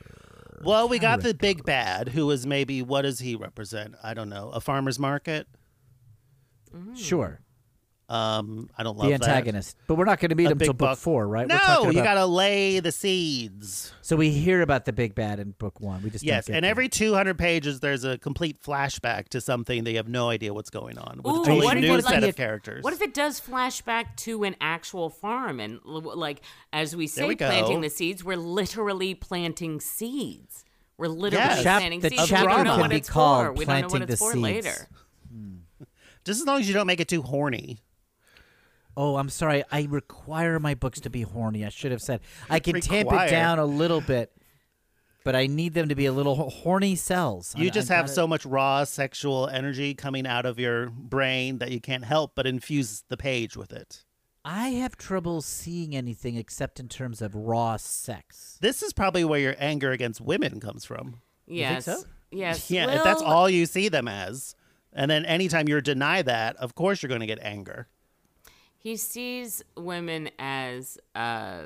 D: Well, we got the big bad, who is maybe what does he represent? I don't know. A farmer's market.
B: Sure,
D: Um, I don't love
B: the
D: Hmm. that.
B: antagonist, but we're not going to meet
D: A
B: him
D: big
B: till book
D: buck.
B: four, right? We're
D: No,
B: talking
D: you
B: about-
D: gotta lay the seeds.
B: So we hear about the big bad in book one. We just don't
D: Yes,
B: get
D: and
B: there.
D: every 200 pages, there's a complete flashback to something they have no idea what's going on with
C: Ooh,
D: a
B: what
D: totally
B: if
D: new
B: it's like
D: set
B: a-
D: of characters.
C: What if it does flash back to an actual farm and l- like as we say
D: we go.
C: planting the seeds, we're literally planting seeds. We're literally
D: Yes.
B: Chap-
C: planting
B: the
C: seeds. We
D: chapter
C: don't know
D: can
C: what
B: be
C: it's for.
B: called
C: We don't know what
B: planting
C: it's
B: the
C: for
B: seeds.
C: later.
D: Just as long as you don't make it too horny.
B: Oh, I'm sorry. I require my books to be horny. I should have said. I can tamp
D: Require.
B: it down a little bit, but I need them to be a little ho- horny cells. I-
D: You just
B: I
D: have
B: gotta-
D: so much raw sexual energy coming out of your brain that you can't help but infuse the page with it.
B: I have trouble seeing anything except in terms of raw sex.
D: This is probably where your anger against women comes from.
C: Yes.
B: so?
C: Yes.
D: Yeah, if that's all you see them as, and then anytime you deny that, of course you're going to get anger.
C: He sees women as uh,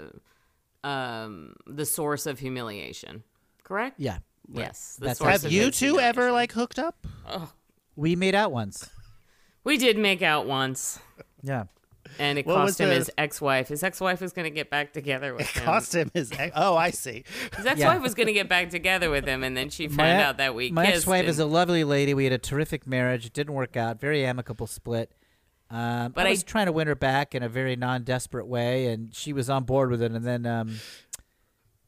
C: um, the source of humiliation. Correct?
B: Yeah,
C: Yes. the
B: That's-
C: source
D: Have
C: of
D: you
C: his
D: two ever
C: humiliation.
D: like hooked up?
B: we made out once.
C: We did make out once,
B: Yeah,
C: and it
D: What was
C: cost him
D: the-
C: his ex-wife. His ex-wife was going to get back together with
B: Um,
C: him.
D: Cost him his. Ex- oh, I see.
C: His ex-wife was going to get back together with him, and then she found out that we
B: my
C: kissed.
B: ex-wife is a
C: and-
B: lovely lady. We had a terrific marriage. It didn't work out. Very amicable split. Um,
C: But
B: I
C: I-
B: was trying to win her back in a very non-desperate way, and she was on board with it. And then um,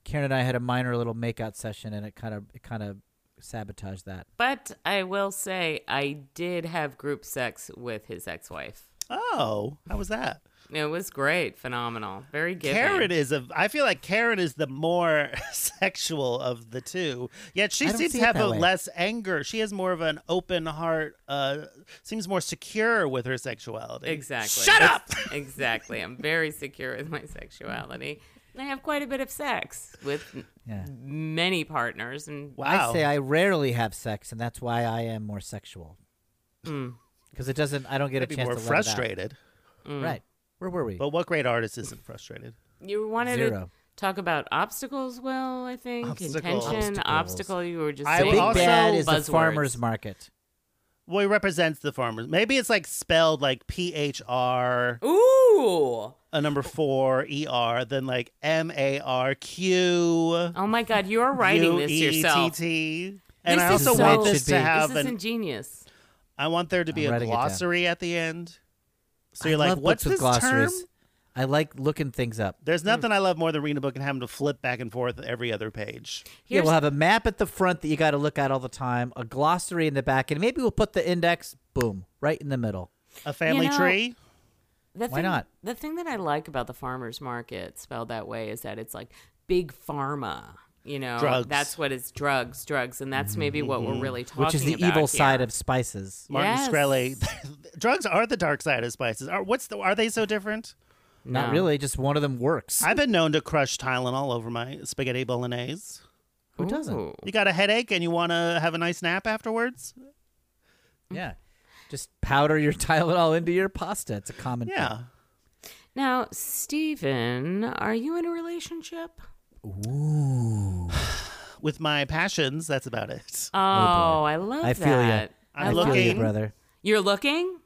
B: Karen and I had a minor little makeout session, and it kind of it kind of sabotaged that.
C: but I will say, I did have group sex with his ex-wife.
D: Oh, how was that?
C: It was great, phenomenal, very giving.
D: Karen is a. I feel like Karen is the more sexual of the two. Yet she
B: I don't
D: seems
B: see
D: to
B: it
D: have
B: that
D: a
B: way.
D: less anger. She has more of an open heart. Uh, seems more secure with her sexuality.
C: Exactly.
D: Shut up.
C: That's- exactly. I'm very secure with my sexuality. And I have quite a bit of sex with m-
B: Yeah.
C: many partners and
D: Wow.
B: I say I rarely have sex, and that's why I am more sexual.
C: Hmm.
B: Because it doesn't, I don't get
D: Maybe
B: a chance
D: more
B: to let it out.
D: frustrated.
C: Hmm.
B: Right? Where were we?
D: But what great artist isn't frustrated?
C: you wanted to
B: Zero.
C: talk about obstacles well, I think.
D: Obstacles.
C: Contention,
B: Obstacles.
C: obstacle, you were just
D: I
C: saying
B: Big
D: also-
B: bad is
C: buzzwords.
B: the farmers market.
D: Well, he represents the farmers. Maybe it's like spelled like P H R,
C: Ooh.
D: a number four E R, then like M A R Q
C: Oh my god, you're writing
D: U
C: this
D: E T
C: yourself.
D: T. And
C: This
D: I
C: is
D: also
C: so-
D: want
B: It
D: this
B: should
D: to
B: be.
D: have
C: This is
D: an
C: ingenious.
D: I want there to be
B: I'm
D: a
B: writing it down.
D: glossary at the end. So
B: I
D: you're
B: love
D: like, what's
B: books with
D: this term?
B: glossaries. I like looking things up.
C: Hmm.
D: There's nothing I love more than reading a book and having to flip back and forth every other page.
B: yeah,
C: Here's
B: we'll have a map at the front that you got to look at all the time, a glossary in the back, and maybe we'll put the index, boom, right in the middle.
D: A family
C: know-
D: tree.
C: The
B: Why
C: thing,
B: not?
C: The thing that I like about the farmers market spelled that way is that it's like big pharma. You know,
D: Drugs.
C: that's what it's drugs, drugs, and that's maybe what we're really talking about.
B: Mm-hmm. Which is the evil
C: here.
B: side of spices.
D: Martin
C: Yes.
D: Shkreli. Drugs are the dark side of spices. Are what's the, are they so different?
B: Not
C: No.
B: really, just one of them works.
D: I've been known to crush Tylenol over my spaghetti bolognese.
B: Who doesn't?
C: Ooh.
D: You got a headache and you want to have a nice nap afterwards?
B: Yeah. Just powder your Tylenol into your pasta. It's a common thing.
D: Yeah.
C: Now, Stephen, are you in a relationship?
D: With my passions, that's about it.
C: Oh, I love
B: I feel you.
C: that.
D: I'm
B: I feel you,
D: looking.
B: brother.
C: You're looking.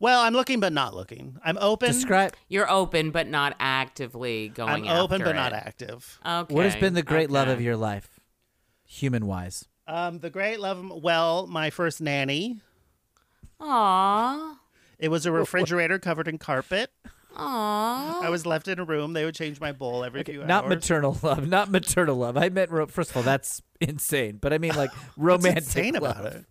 D: Well, I'm looking but not looking. I'm open.
B: Describe
C: You're open, but not actively going.
D: I'm open
C: after
D: but not
C: it.
D: active.
C: Okay.
B: what has been the great love
C: okay.
B: of your life, human wise.
D: Um, the great love. Well, my first nanny.
C: Aw.
D: It was a refrigerator covered in carpet.
C: Aww.
D: I was left in a room. They would change my bowl every few hours.
E: Not maternal love, not maternal love. I meant ro- first of all, that's insane. But I mean like
D: What's
E: romantic
D: insane
E: love.
D: about it.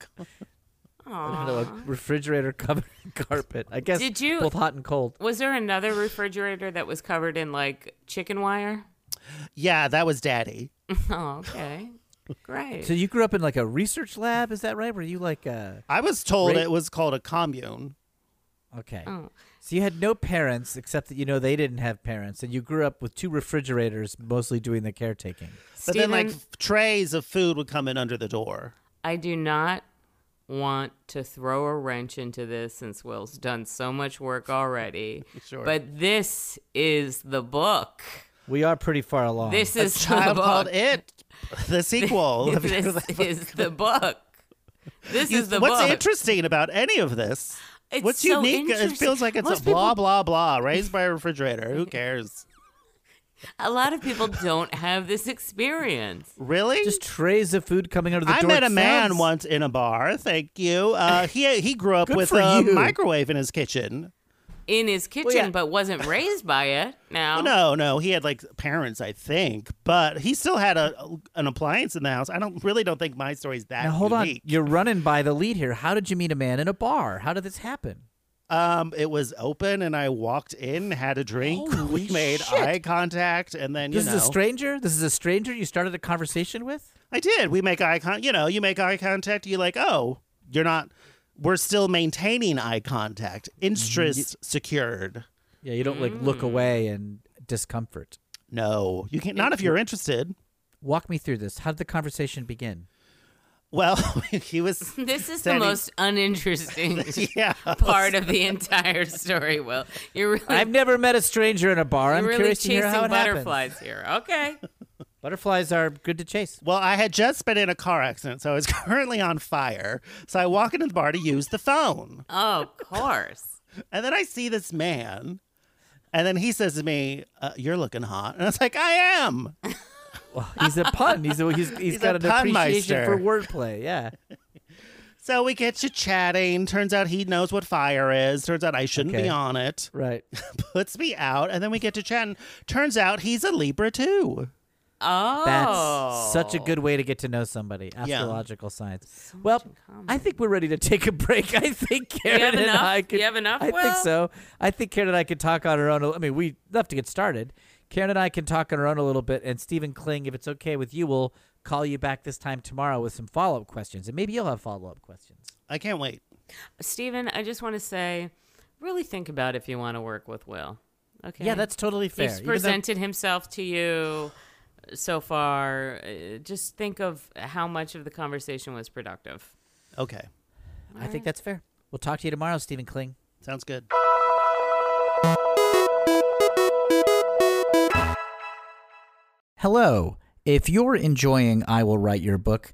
E: You know, like refrigerator covered in carpet. I guess
C: Uh-huh. Did you-
E: both hot and cold.
C: Was there another refrigerator that was covered in like chicken wire?
D: Yeah, that was daddy.
C: Oh, okay. Great.
E: So you grew up in like a research
B: Search lab, is that right? Were you like uh
D: I was told
E: Ra-
D: it was called a commune.
B: okay.
C: Oh.
B: So you had no parents except that you know they didn't have parents and you grew up with two refrigerators mostly doing the caretaking.
D: But
C: Steven,
D: then, like, trays of food would come in under the door.
C: I do not want to throw a wrench into this since Will's done so much work already.
D: Sure.
C: But this is the book.
B: We are pretty far along.
C: This
D: A
C: is the
D: child called
C: book.
D: it the sequel. Have you-
C: this is the book. This is the
D: What's
C: book.
D: interesting about any of this?
C: It's
D: What's
C: so
D: unique? It
C: interesting.
D: feels like it's
C: Most
D: a blah
C: people-
D: blah blah raised by a refrigerator. Who cares?
C: a lot of people don't have this experience.
D: Really?
B: just trays of food coming out of the
D: I
B: door.
D: met
B: It
D: a man
B: sounds-
D: once in a bar. Thank you. Uh, he he grew up
B: Good
D: with
B: for
D: a
B: you.
D: microwave in his kitchen.
C: in his kitchen, but wasn't raised by it.
B: Uh-huh.
C: Now,
D: No, no, he had like parents, I think, but he still had a an appliance in the house. I don't really don't think my story's that.
B: Now hold
D: unique.
B: on. You're running by the lead here. How did you meet a man in a bar? How did this happen?
D: Um, it was open, and I walked in, had a drink. we made eye contact, and then you
B: This
D: know,
B: is a stranger? This is a stranger you started a conversation with?
D: I did. We make eye con. You know, you make eye contact. You like, oh, you're not. We're still maintaining eye contact.
B: Mm-hmm.
D: Interest secured.
B: Yeah, you don't like
C: Mm.
B: look away and discomfort.
D: No, you can't. Not if you're interested.
B: Walk me through this. How did the conversation begin?
D: Well, he was.
C: this is
D: Sandy-
C: the most uninteresting
D: Yeah.
C: part of the entire story. Will you're really,
B: I've never met a stranger in a bar.
C: you're
B: I'm
C: really
B: curious to
C: chasing
B: hear how it happens.
C: butterflies here. Okay,
B: Butterflies are good to chase.
D: Well, I had just been in a car accident, so I was currently on fire. So I walk into the bar to use the phone.
C: oh, of course.
D: And then I see this man, and then he says to me, uh, "You're looking hot," and I was like, "I am."
B: He's a pun. He's a, he's, he's
D: He's
B: got
D: a
B: an
D: pun
B: appreciation
D: meister.
B: for wordplay. Yeah.
D: So we get to chatting. Turns out he knows what fire is. Turns out I shouldn't
B: Okay.
D: be on it.
B: Right.
D: Puts me out, and then we get to chatting. Turns out he's a Libra too.
C: Oh,
B: That's such a good way to get to know somebody. Astrological science. well, I think we're ready to take a break. I think Karen and
C: enough?
B: I could.
C: You have enough,
B: I
C: Will?
B: think so. I think Karen and I could talk on our own. a- I mean, we have to get started. Karen and I can talk on our own a little bit, and Stephen Kling, if it's okay with you, will call you back this time tomorrow with some follow up questions, and maybe you'll have follow up questions.
D: I can't wait.
C: Stephen. I just want to say, really think about if you want to work with Will. Okay,
B: Yeah, that's totally fair.
C: He's
B: Even though-
C: presented himself to you uh, so far. Uh, Just think of how much of the conversation was productive.
D: Okay,
B: I think that's fair. We'll talk to you tomorrow, Stephen Kling.
D: sounds good.
B: Hello. If you're enjoying I Will Write Your Book,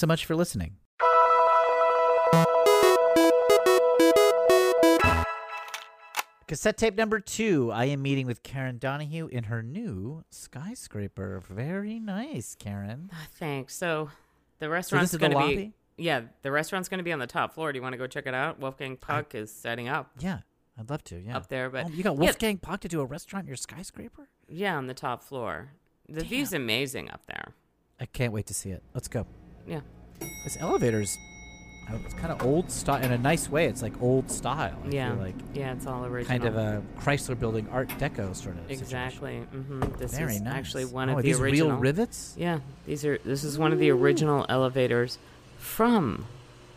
B: so much for listening. Cassette tape number two. I am meeting with Karen Donahue in her new skyscraper. Very nice, Karen.
C: Ah, Thanks. So the restaurant's
B: is the
C: going to be
B: lobby?
C: yeah, the restaurant's going to be on the top floor. Do you want to go check it out? Wolfgang Puck is setting up.
B: Yeah, I'd love to. Yeah,
C: Up there, but-
B: Oh, you got
C: yeah.
B: Wolfgang Puck to do a restaurant in your skyscraper.
C: Yeah, on the top floor. The view's amazing up there.
B: I can't wait to see it. Let's go.
C: Yeah.
B: This elevator's I don't know, it's kind of old style in a nice way. It's like old style. I
C: yeah.
B: feel like
C: yeah, it's all original.
B: kind of a Chrysler Building Art Deco sort of. situation.
C: Exactly. hmm This
B: Very
C: is
B: nice.
C: actually one
B: oh,
C: of
B: are
C: the
B: these
C: original
B: real rivets.
C: Yeah, these are this is one of the original elevators from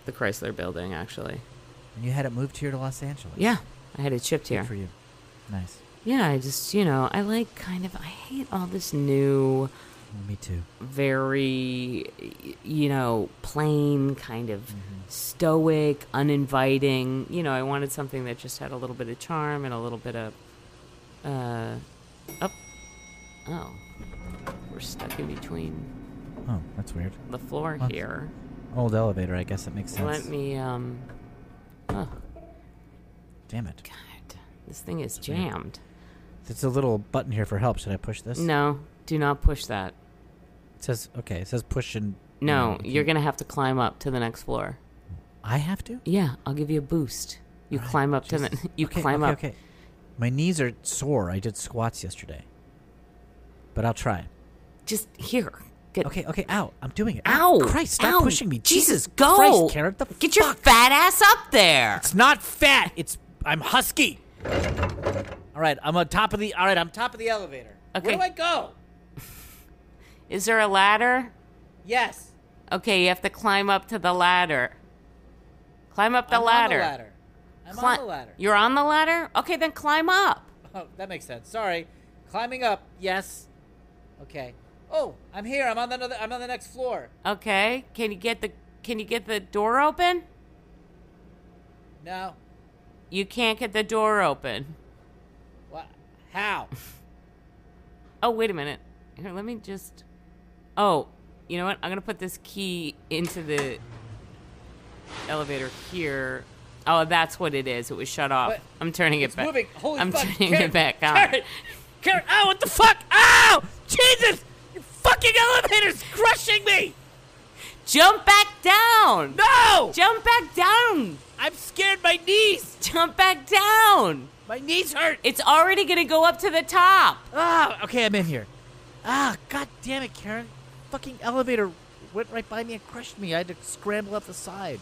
C: the Chrysler building actually.
B: And you had it moved here to Los Angeles.
C: Yeah, I had it chipped
B: Good
C: here.
B: for you. Nice.
C: Yeah, I just, you know, I like kind of I hate all this new
B: Mm, Me too.
C: very y- you know plain kind of
B: Mm-hmm.
C: stoic uninviting you know i wanted something that just had a little bit of charm and a little bit of Uh, up. Oh, we're stuck in between
B: Oh, that's weird.
C: the floor
B: What?
C: here.
B: Old elevator. I guess that makes sense.
C: Let me. Um. Oh
B: Damn it.
C: God, this thing is jammed.
B: There's a little button here for help. Should I push this?
C: No, do not push that.
B: It says okay. It says push and. mm,
C: No,
B: if you-
C: you're gonna have to climb up to the next floor.
B: I have to.
C: Yeah, I'll give you a boost. You climb up to
B: Jesus.
C: the. You
B: okay,
C: climb
B: okay,
C: up.
B: Okay. My knees are sore. I did squats yesterday. But I'll try.
C: Just here. Get.
B: Okay, okay, ow. I'm doing it. Ah,
C: Ow!
B: Christ, stop
C: Ow!
B: pushing me. Jesus
C: Jesus, go!
B: Christ, Carrot, the
C: Get your
B: fuck?
C: fat ass up there.
B: It's not fat. It's I'm husky. All right, I'm on top of the All right, I'm top of the elevator.
C: Okay.
B: Where do I go?
C: Is there a ladder?
B: Yes.
C: Okay, you have to climb up to the ladder. Climb up the
B: I'm
C: ladder.
B: On the ladder. I'm on
C: Cli-
B: the ladder.
C: You're on the ladder? Okay, then climb up.
B: Oh, that makes sense. Sorry. Climbing up. Yes. Okay. Oh, I'm here. I'm on the another, I'm on the next floor.
C: Okay. Can you get the can you get the door open?
B: No.
C: You can't get the door open.
B: What? How?
C: Oh, wait a minute. Here, let me just Oh, you know what? I'm going to put this key into the elevator here. Oh, that's what it is. It was shut off.
B: But
C: I'm turning it
B: It's
C: back.
B: moving. Holy
C: I'm
B: fuck.
C: turning
B: Carrot,
C: it back on.
B: Carrot, carrot. Ow, Oh, what the fuck? Ow! Jesus! Your fucking elevator's crushing me!
C: Jump back down.
B: No!
C: Jump back down.
B: I'm scared. My knees.
C: Jump back down.
B: My knees hurt.
C: It's already going to go up to the top.
B: Ah, okay, I'm in here. Ah, god damn it, Karen. Fucking elevator went right by me and crushed me. I had to scramble up the side.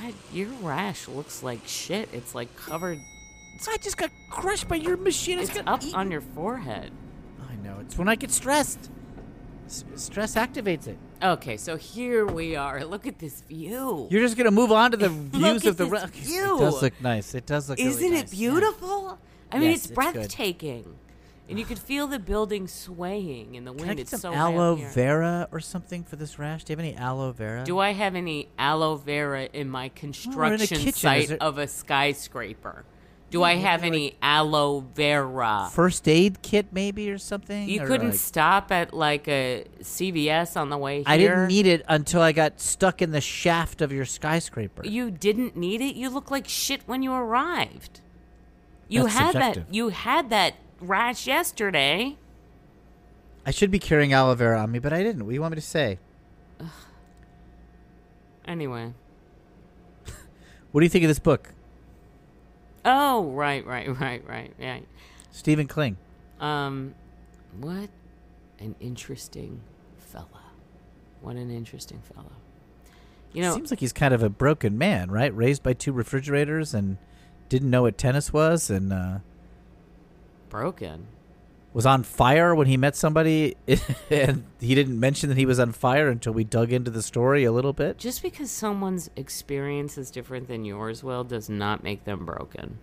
C: God, your rash looks like shit. It's like covered.
B: I just got crushed by your machine.
C: It's
B: gonna
C: up
B: eat
C: on your forehead.
B: I know. It's when I get stressed. S- stress activates it.
C: Okay, so here we are. Look at this view.
B: You're just gonna move on to the views
C: views
B: of
C: at of the
B: the
C: this re- view.
B: It does look nice. It does look. really
C: Isn't it
B: nice, yeah.
C: beautiful? I mean,
B: Yes, it's
C: it's
B: good.
C: breathtaking. And you could feel the building swaying in the wind.
B: Can I get
C: it's
B: some
C: so high up
B: aloe
C: here.
B: vera or something for this rash? Do you have any aloe vera?
C: Do I have any aloe vera in my construction
B: kitchen. Is
C: site
B: there-
C: of a skyscraper? Do I have any aloe vera?
B: First aid kit maybe or something?
C: You
B: Or,
C: couldn't
B: like-
C: stop at like a CVS on the way here.
B: I didn't need it until I got stuck in the shaft of your skyscraper.
C: You didn't need it. You looked like shit when you arrived. You
B: That's
C: had that.
B: subjective.
C: You had that rash yesterday.
B: I should be carrying aloe vera on me, but I didn't. What do you want me to say?
C: Anyway.
B: What do you think of this book,
C: Oh, right, right, right, right, right.
B: Stephen Kling?
C: Um, what an interesting fella. What an interesting fella. You know,
B: Seems like he's kind of a broken man, right? Raised by two refrigerators and didn't know what tennis was and uh,
C: broken.
B: was on fire when he met somebody. and he didn't mention that he was on fire until we dug into the story a little bit.
C: Just because someone's experience is different than yours, Will, does not make them broken.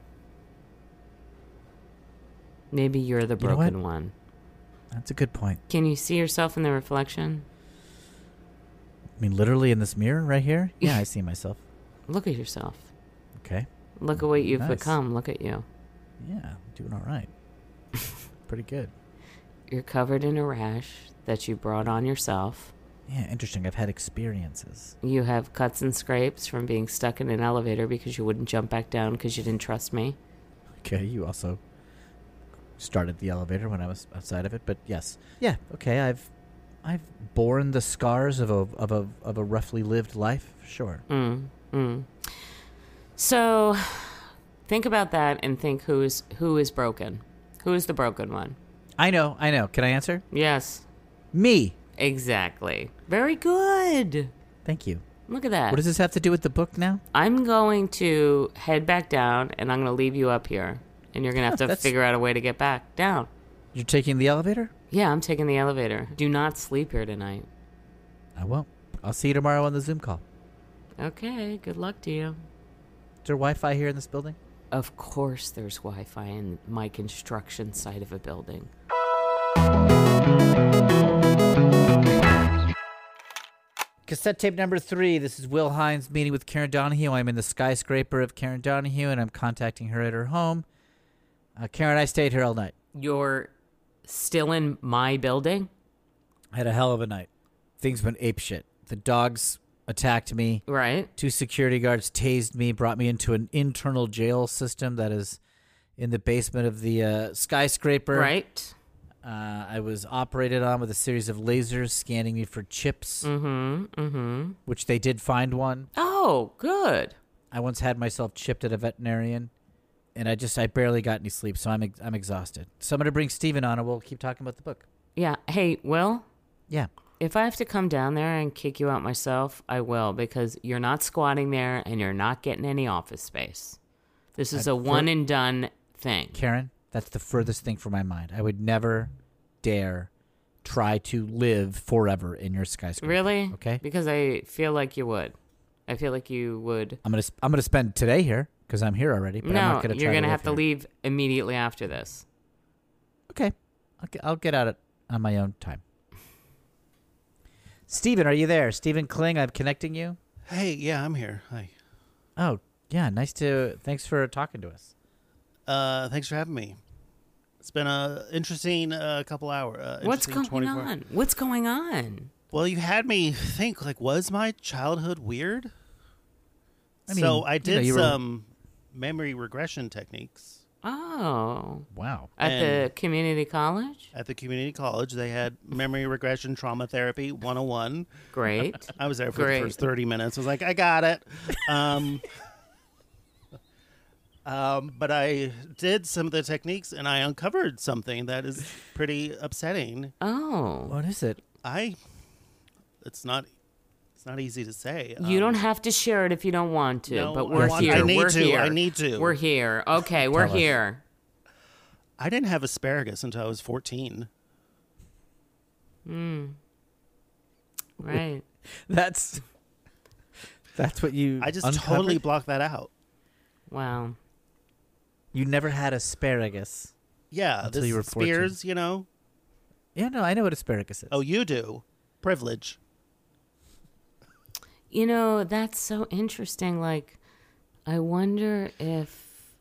C: Maybe you're the
B: You know what?
C: broken one.
B: That's a good point.
C: Can you see yourself in the reflection?
B: I mean, literally in this mirror right here? Yeah, I see myself.
C: Look at yourself.
B: Okay.
C: Look at what you've
B: Nice.
C: become. Look at you.
B: Yeah, doing all right. Pretty good.
C: You're covered in a rash that you brought on yourself.
B: Yeah, interesting. I've had experiences.
C: You have cuts and scrapes from being stuck in an elevator because you wouldn't jump back down because you didn't trust me.
B: Okay, you also started the elevator when I was outside of it, but yes. Yeah, okay, I've I've borne the scars of a of a of a roughly lived life, sure.
C: Mm, mm. So think about that and think who is who is broken. Who is the broken one?
B: I know, I know. Can I answer?
C: Yes,
B: Me.
C: exactly. Very good.
B: Thank you.
C: Look at that.
B: What does this have to do with the book now?
C: I'm going to head back down and I'm going to leave you up here. And you're going to have
B: Huh,
C: to
B: that's-
C: figure out a way to get back down.
B: You're taking the elevator?
C: Yeah, I'm taking the elevator. Do not sleep here tonight.
B: I won't. I'll see you tomorrow on the Zoom call.
C: Okay, good luck to you.
B: Is there Wi Fi here in this building?
C: Of course, there's Wi Fi in my construction site of a building.
B: Cassette tape number three. This is Will Hines meeting with Karen Donahue. I'm in the skyscraper of Karen Donahue and I'm contacting her at her home. Uh, Karen, I stayed here all night.
C: You're still in my building?
B: Had a hell of a night. Things went apeshit. The dogs attacked me.
C: Right.
B: Two security guards tased me, brought me into an internal jail system that is in the basement of the uh, skyscraper.
C: Right.
B: Uh, I was operated on with a series of lasers scanning me for chips,
C: Mm.
B: mm-hmm, mm-hmm. which they did find one.
C: Oh, good.
B: I once had myself chipped at a veterinarian, and I just I barely got any sleep, so I'm ex- I'm exhausted. So I'm gonna bring Steven on, and we'll keep talking about the book.
C: Yeah. Hey, Will,
B: Yeah,
C: if I have to come down there and kick you out myself, I will because you're not squatting there and you're not getting any office space. This is a one and done thing.
B: Karen, that's the furthest thing from my mind. I would never dare try to live forever in your skyscraper.
C: Really?
B: Okay.
C: Because I feel like you would. I feel like you would.
B: I'm gonna sp- I'm gonna spend today here because I'm here already. But I'm
C: no,
B: not gonna try
C: you're
B: to
C: gonna
B: live
C: have to
B: here.
C: leave immediately after this.
B: Okay, I'll get, I'll get at it on my own time. Steven, are you there? Steven Kling, I'm connecting you.
D: Hey, yeah, I'm here. Hi.
B: Oh, yeah, nice to. Thanks for talking to us.
D: Uh, thanks for having me. It's been a interesting uh, couple hour. Uh,
C: What's
D: interesting
C: going
D: 24
C: on? What's going on?
D: Well, you had me think like, was my childhood weird?
B: I mean,
D: so I
B: you know,
D: did
B: you were-
D: some memory regression techniques.
C: Oh,
B: Wow.
C: at the
D: And-
C: community college.
D: at the community college. They had memory regression trauma therapy 101.
C: Great.
D: I was there for
C: Great.
D: the first 30 minutes. I was like, I got it. Um, um, but I did some of the techniques and I uncovered something that is pretty upsetting.
C: Oh,
B: What is it?
D: I, it's not, it's not easy to say.
C: you
D: Um,
C: don't have to share it if you don't want to,
D: No,
C: but
D: I
C: we're
D: want-
C: here.
D: I need
C: we're
D: to.
C: here.
D: I need to.
C: We're here. Okay, we're
B: Tell us.
C: here.
D: I didn't have asparagus until I was 14.
C: Right.
B: That's that's what you.
D: I just
B: uncovered?
D: totally blocked that out.
C: Wow.
B: You never had asparagus.
D: Yeah,
B: Until
D: this
B: you were 14.
D: Spears, you know.
B: Yeah, no, I know what asparagus is.
D: Oh, you do. Privilege.
C: You know, that's so interesting. Like, I wonder if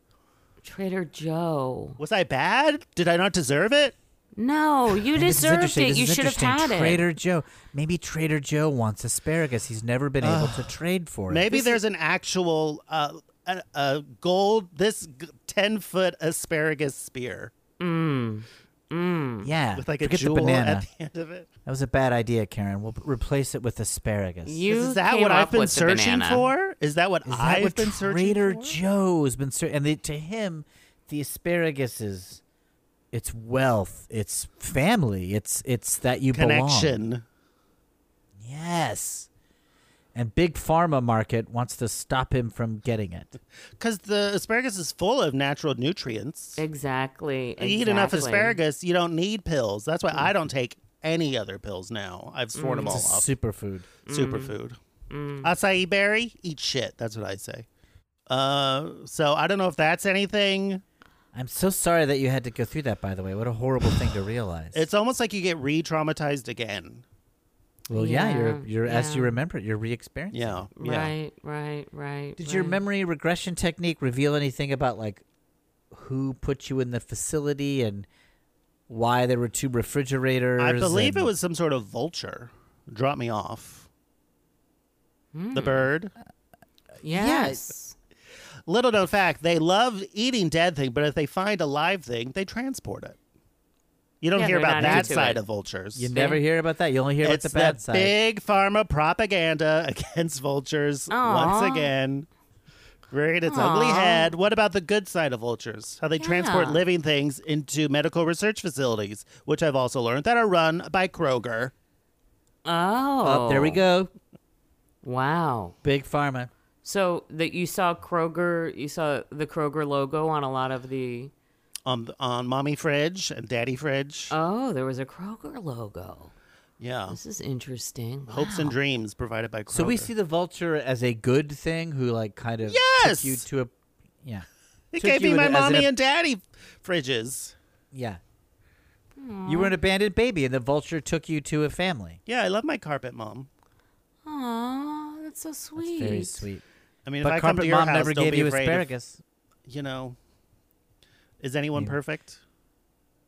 C: Trader Joe.
D: Was I bad? Did I not deserve it?
C: No, you
B: And this is
C: deserved
B: interesting.
C: it.
B: This
C: You
B: is
C: should have
B: interesting.
C: had it.
B: Trader Joe. Maybe Trader Joe wants asparagus. He's never been able to trade for it.
D: Maybe there's an actual uh, a, a gold this g- ten foot asparagus spear
B: yeah,
D: with like a
B: forget
D: jewel
B: the banana.
D: at the end of it.
B: That was a bad idea, Karen. We'll p- replace it with asparagus.
C: You
D: Is that
C: came
D: what
C: up
D: I've been
C: with the
D: searching
C: banana.
D: for? Is that what
B: is that
D: I've
B: what
D: been searching
B: Trader
D: for?
B: Joe's been searching? And they, to him, the asparagus is it's wealth, it's family, it's it's that you belong.
D: Connection.
B: Yes. And big pharma market wants to stop him from getting it.
D: Because the asparagus is full of natural nutrients.
C: Exactly.
D: You eat enough
C: E-, exactly.
D: asparagus, you don't need pills. That's why I don't take any other pills now. I've sworn them all
B: Mm. It's a
D: off.
B: superfood.
D: superfood. Acai berry, eat shit. That's what I say. Uh, so I don't know if that's anything.
B: I'm so sorry that you had to go through that. By the way, what a horrible thing to realize.
D: It's almost like you get re-traumatized again.
B: well, yeah,
C: Yeah,
B: you're you're as you
C: yeah.
B: remember it, you're re-experiencing.
D: Yeah, yeah.
C: Right, right, right.
B: Did your
C: right.
B: memory regression technique reveal anything about like who put you in the facility and why there were two refrigerators?
D: I believe it
B: and-
D: was some sort of vulture. Drop me off. The bird.
C: Yes.
D: Little known fact: they love eating dead thing, but if they find a live thing, they transport it. You don't
C: Yeah,
D: hear
C: they're
D: about
C: not
D: that
C: into
D: side
C: it.
D: of vultures.
B: You never hear about that. You only hear
D: it's
B: about the bad
D: the
B: side.
D: big pharma propaganda against vultures
C: Aw.
D: once again. Rearing its ugly
C: Aw.
D: head. What about the good side of vultures? How they transport
C: Yeah.
D: living things into medical research facilities, which I've also learned that are run by Kroger.
C: Oh.
B: Oh, there we go.
C: Wow.
B: Big pharma.
C: So that you saw Kroger, you saw the Kroger logo on a lot of the.
D: on th- on mommy fridge and daddy fridge.
C: Oh, there was a Kroger logo.
D: yeah.
C: This is interesting.
D: Hopes and dreams provided by Kroger.
B: So we see the vulture as a good thing who like kind of
D: Yes!
B: took you to a yeah.
D: it
B: took
D: gave
B: you
D: me my
B: in- as an
D: mommy
B: ab-
D: and daddy fridges.
B: Yeah. You were an abandoned baby and the vulture took you to a family.
D: Yeah, I love my carpet mom.
C: Aw, that's so sweet.
B: It's very sweet.
D: I mean, if
B: But
D: I come to
B: carpet
D: your
B: mom
D: house,
B: never
D: don't
B: gave
D: be
B: you
D: afraid of-
B: asparagus.
D: you know, Is anyone perfect?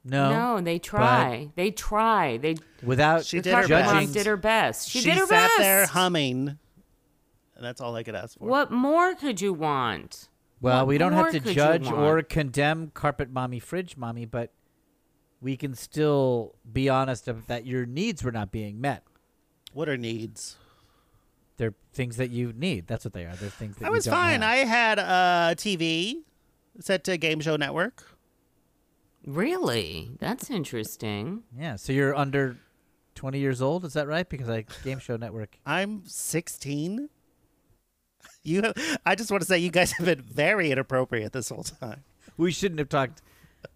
B: No,
C: No, they try. they try. They
B: without
D: She
C: the
D: did her
C: Carpet Mom
B: judging.
D: best.
C: did her best. She, did her
D: sat
C: best.
D: there humming, and that's all I could ask for.
C: what more could you want?
B: Well,
C: What
B: we don't
C: more
B: have to
C: could you
B: judge
C: want?
B: or condemn carpet mommy, fridge mommy, but we can still be honest of that your needs were not being met.
D: What are needs?
B: They're things that you need. That's what they are. They're things that
D: I
B: you
D: was
B: don't
D: fine.
B: have.
D: I had a TV set to Game Show Network.
C: Really? That's interesting.
B: yeah. So you're under twenty years old, is that right? Because I Game Show Network.
D: I'm 16. You, have, I just want to say you guys have been very inappropriate this whole time.
B: We shouldn't have talked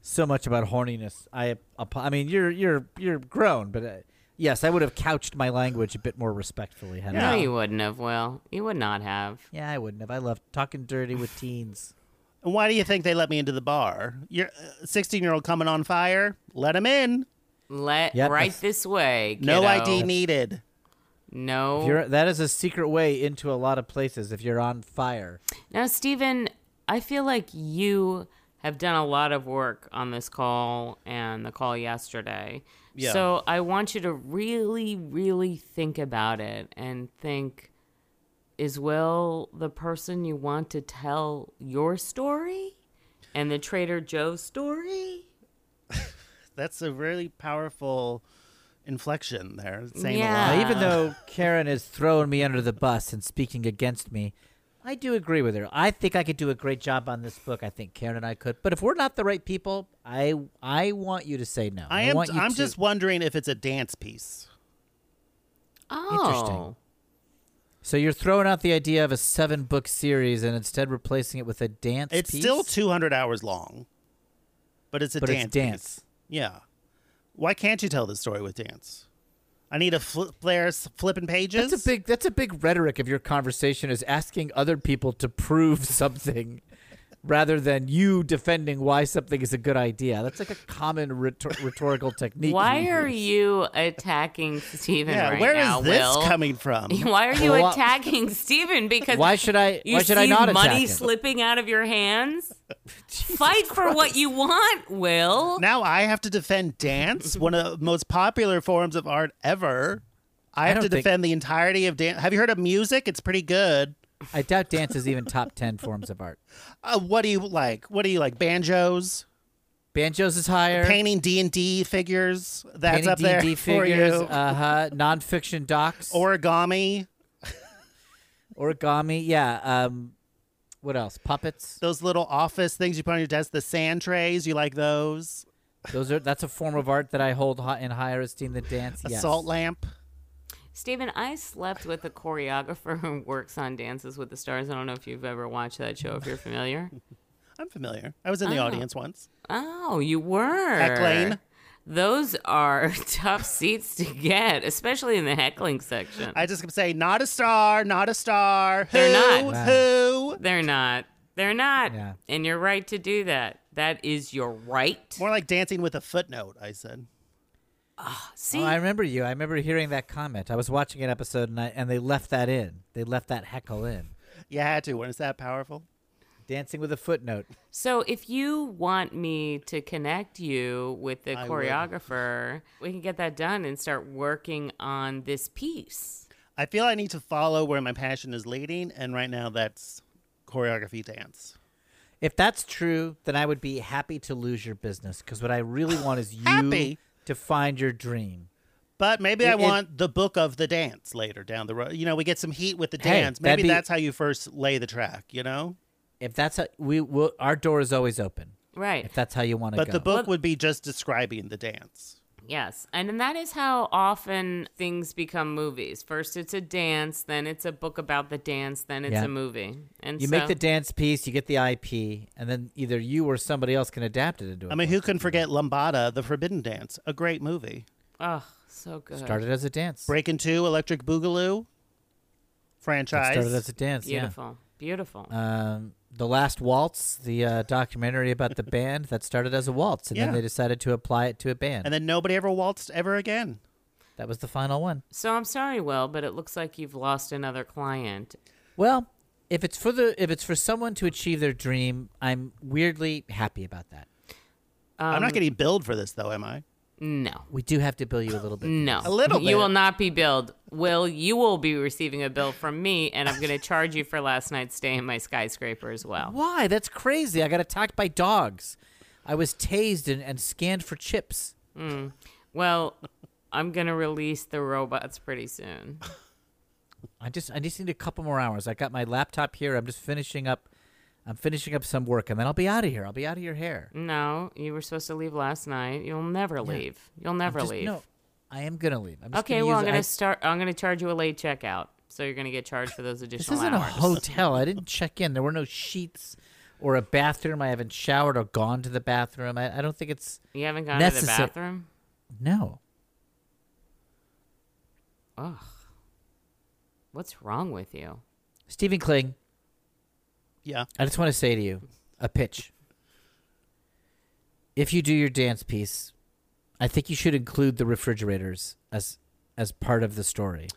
B: so much about horniness. I, apo- I mean, you're you're you're grown, but uh, yes, I would have couched my language a bit more respectfully. Had
D: Yeah.
B: I.
C: No, you wouldn't have, Will. You would not have.
B: yeah, I wouldn't have. I love talking dirty with teens.
D: And why do you think they let me into the bar? You're 16 year old coming on fire. Let him in.
C: Let
B: Yep,
C: right
B: that's-
C: this way.
D: No
C: kiddo.
D: ID needed.
C: No.
B: If You're, that is a secret way into a lot of places if you're on fire.
C: Now, Stephen, I feel like you have done a lot of work on this call and the call yesterday.
D: Yeah.
C: So I want you to really, really think about it and think is Will the person you want to tell your story and the Trader Joe's story?
D: That's a really powerful inflection there. It's Saying
C: Yeah.
D: a lot.
B: Now, even though Karen is throwing me under the bus and speaking against me, I do agree with her. I think I could do a great job on this book. I think Karen and I could. But if we're not the right people, I I want you to say no.
D: I am.
B: want you
D: I'm
B: to-
D: just wondering if it's a dance piece.
C: Oh.
B: So you're throwing out the idea of a seven book series and instead replacing it with a dance.
D: It's
B: piece?
D: still 200 hours long, but it's a
B: But it's
D: dance.
B: dance.
D: piece. Yeah. Why can't you tell the story with dance? I need a fl- flare s- flipping pages.
B: That's a big. That's a big rhetoric of your conversation is asking other people to prove something, rather than you defending why something is a good idea. That's like a common rhetor- rhetorical technique.
C: Why
B: you
C: are
B: use.
C: you attacking Stephen
D: Yeah,
C: right
D: where is
C: now,
D: this
C: Will?
D: coming from?
C: Why are you
B: Well, I-
C: attacking Stephen? Because
B: Why should I?
C: You
B: why should
C: see
B: I not attack
C: money
B: him?
C: slipping out of your hands? Fight for what you want, Will.
D: Now I have to defend dance, one of the most popular forms of art ever. I have
B: don't
D: to
B: think-
D: defend the entirety of dance. Have you heard of music? It's pretty good.
B: I doubt dance is even top ten forms of art.
D: Uh, what do you like? What do you like? Banjos,
B: Banjos is higher.
D: painting D and D figures. That's
B: painting
D: up there
B: D&D
D: for
B: figures.
D: you.
B: Uh huh. Nonfiction docs.
D: Origami,
B: origami. Yeah. Um. What else? Puppets.
D: those little office things you put on your desk. The sand trays, you like those?
B: Those are. That's a form of art that I hold hi- in higher esteem than dance.
D: A
B: yes.
D: salt lamp.
C: Stephen, I slept with a choreographer who works on Dances with the Stars. I don't know if you've ever watched that show, if you're familiar.
D: I'm familiar. I was in
C: Ah.
D: the audience once.
C: Oh, you were.
D: Heckling.
C: Those are tough seats to get, especially in the heckling section.
D: I just kept saying, not a star, not a star. Who?
C: They're not.
D: Who?
C: They're not. They're not.
B: Yeah.
C: And you're right to do that. That is your right.
D: More like dancing with a footnote, I said.
C: See,
B: Oh, I remember you. I remember hearing that comment. I was watching an episode and I, and they left that in. They left that heckle in.
D: You had to when it's that powerful.
B: Dancing with a footnote.
C: So if you want me to connect you with the
D: I would.
C: choreographer, we can get that done and start working on this piece.
D: I feel I need to follow where my passion is leading, and right now that's choreography dance.
B: If that's true, then I would be happy to lose your business because what I really want is you
D: Happy?
B: to find your dream.
D: But maybe I
B: It- it-
D: want the book of the dance later down the road. You know, we get some heat with the
B: Hey,
D: dance.
B: that'd
D: Maybe
B: be-
D: that's how you first lay the track, you know?
B: If that's how we will, our door is always open.
C: Right.
B: If that's how you want to
D: But
B: go.
D: the book
C: Well-
D: would be just describing the dance.
C: Yes. And then that is how often things become movies. First it's a dance, then it's a book about the dance, then it's
B: Yeah.
C: a movie. And
B: you
C: so,
B: make the dance piece, you get the IP, and then either you or somebody else can adapt it into.
D: I mean, who can forget Lombada, The Forbidden Dance? A great movie.
C: Oh, so good.
B: started as a dance?
D: Breaking Two, Electric Boogaloo
B: That
D: franchise.
B: started as a dance. Yeah.
C: Beautiful. Beautiful.
B: um, the last waltz, the uh, documentary about the band that started as a waltz, and
D: Yeah.
B: then they decided to apply it to a band.
D: and then nobody ever waltzed ever again.
B: that was the final one.
C: so I'm sorry, Will, but it looks like you've lost another client.
B: Well, if it's for the if it's for someone to achieve their dream, I'm weirdly happy about that.
D: I'm
B: Um,
D: not getting billed for this though, am I?
C: No.
B: We do have to bill you a little bit.
C: No.
D: A little bit.
C: You will not be billed. Will, you will be receiving a bill from me, and I'm going to charge you for last night's stay in my skyscraper as well.
B: Why? That's crazy. I got attacked by dogs. I was tased and, and scanned for chips.
C: Well, I'm going to release the robots pretty soon.
B: I just I just need a couple more hours. I got my laptop here. I'm just finishing up I'm finishing up some work and then I'll be out of here. I'll be out of your hair.
C: No, you were supposed to leave last night. You'll never leave. You'll never
B: Just-
C: leave.
B: No, I am gonna leave. I'm just
C: Okay,
B: gonna
C: well,
B: use,
C: I'm going
B: I-
C: to start. I'm going to charge you a late checkout. So you're going to get charged for those
B: This
C: additional
B: isn't a
C: hours.
B: hotel. I didn't check in. There were no sheets or a bathroom. I haven't showered or gone to the bathroom. I, I don't think it's
C: you haven't gone to the
B: necessary-
C: bathroom?
B: no.
C: Ugh. What's wrong with you?
B: Stephen Kling,
D: Yeah.
B: I just want to say to you a pitch. If you do your dance piece, I think you should include the refrigerators as as part of the story.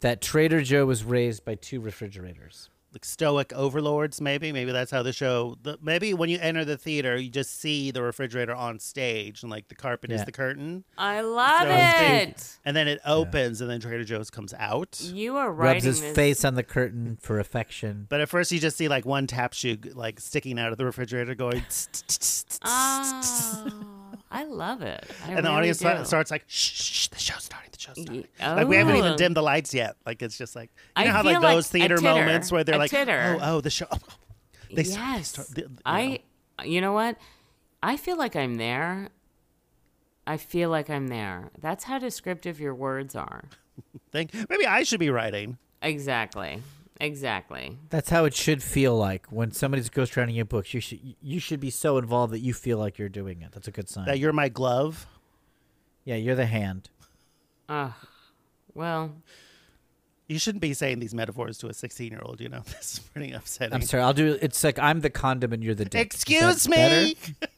B: That Trader Joe was raised by two refrigerators.
D: Like stoic overlords, maybe. Maybe that's how the show. The, maybe when you enter the theater, you just see the refrigerator on stage, and like the carpet
B: Yeah.
D: is the curtain.
C: I love
D: So
C: it.
D: And then it opens, and then Trader Joe's comes out.
C: You are
B: Rubs
C: writing
B: his
C: this.
B: face on the curtain for affection.
D: But at first, you just see like one tap shoe like sticking out of the refrigerator, going, tss, tss, tss, tss,
C: Ah, Oh, I love it. I
D: and the
C: really
D: audience
C: do.
D: starts like, shh, shh, shh, the show's starting, the show's starting.
C: Oh.
D: Like we haven't even dimmed the lights yet. Like it's just like you
C: I
D: know how like
C: feel like
D: those
C: a
D: theater
C: titter,
D: moments where they're
C: a
D: like,
C: titter.
D: oh, oh, the show. oh, oh." They
C: yes.
D: start. They start the- the- you know.
C: I. You know what? I feel like I'm there. I feel like I'm there. That's how descriptive your words are.
D: think maybe I should be writing.
C: Exactly. Exactly.
B: That's how it should feel like when somebody's ghostwriting your books. You should you should be so involved that you feel like you're doing it. That's a good sign.
D: That you're my glove.
B: yeah, you're the hand.
C: Ugh. well,
D: You shouldn't be saying these metaphors to a 16 year old. You know, this is pretty upsetting.
B: I'm sorry. I'll do. It's like I'm the condom and you're the dick. Is that
D: Excuse me.
B: better?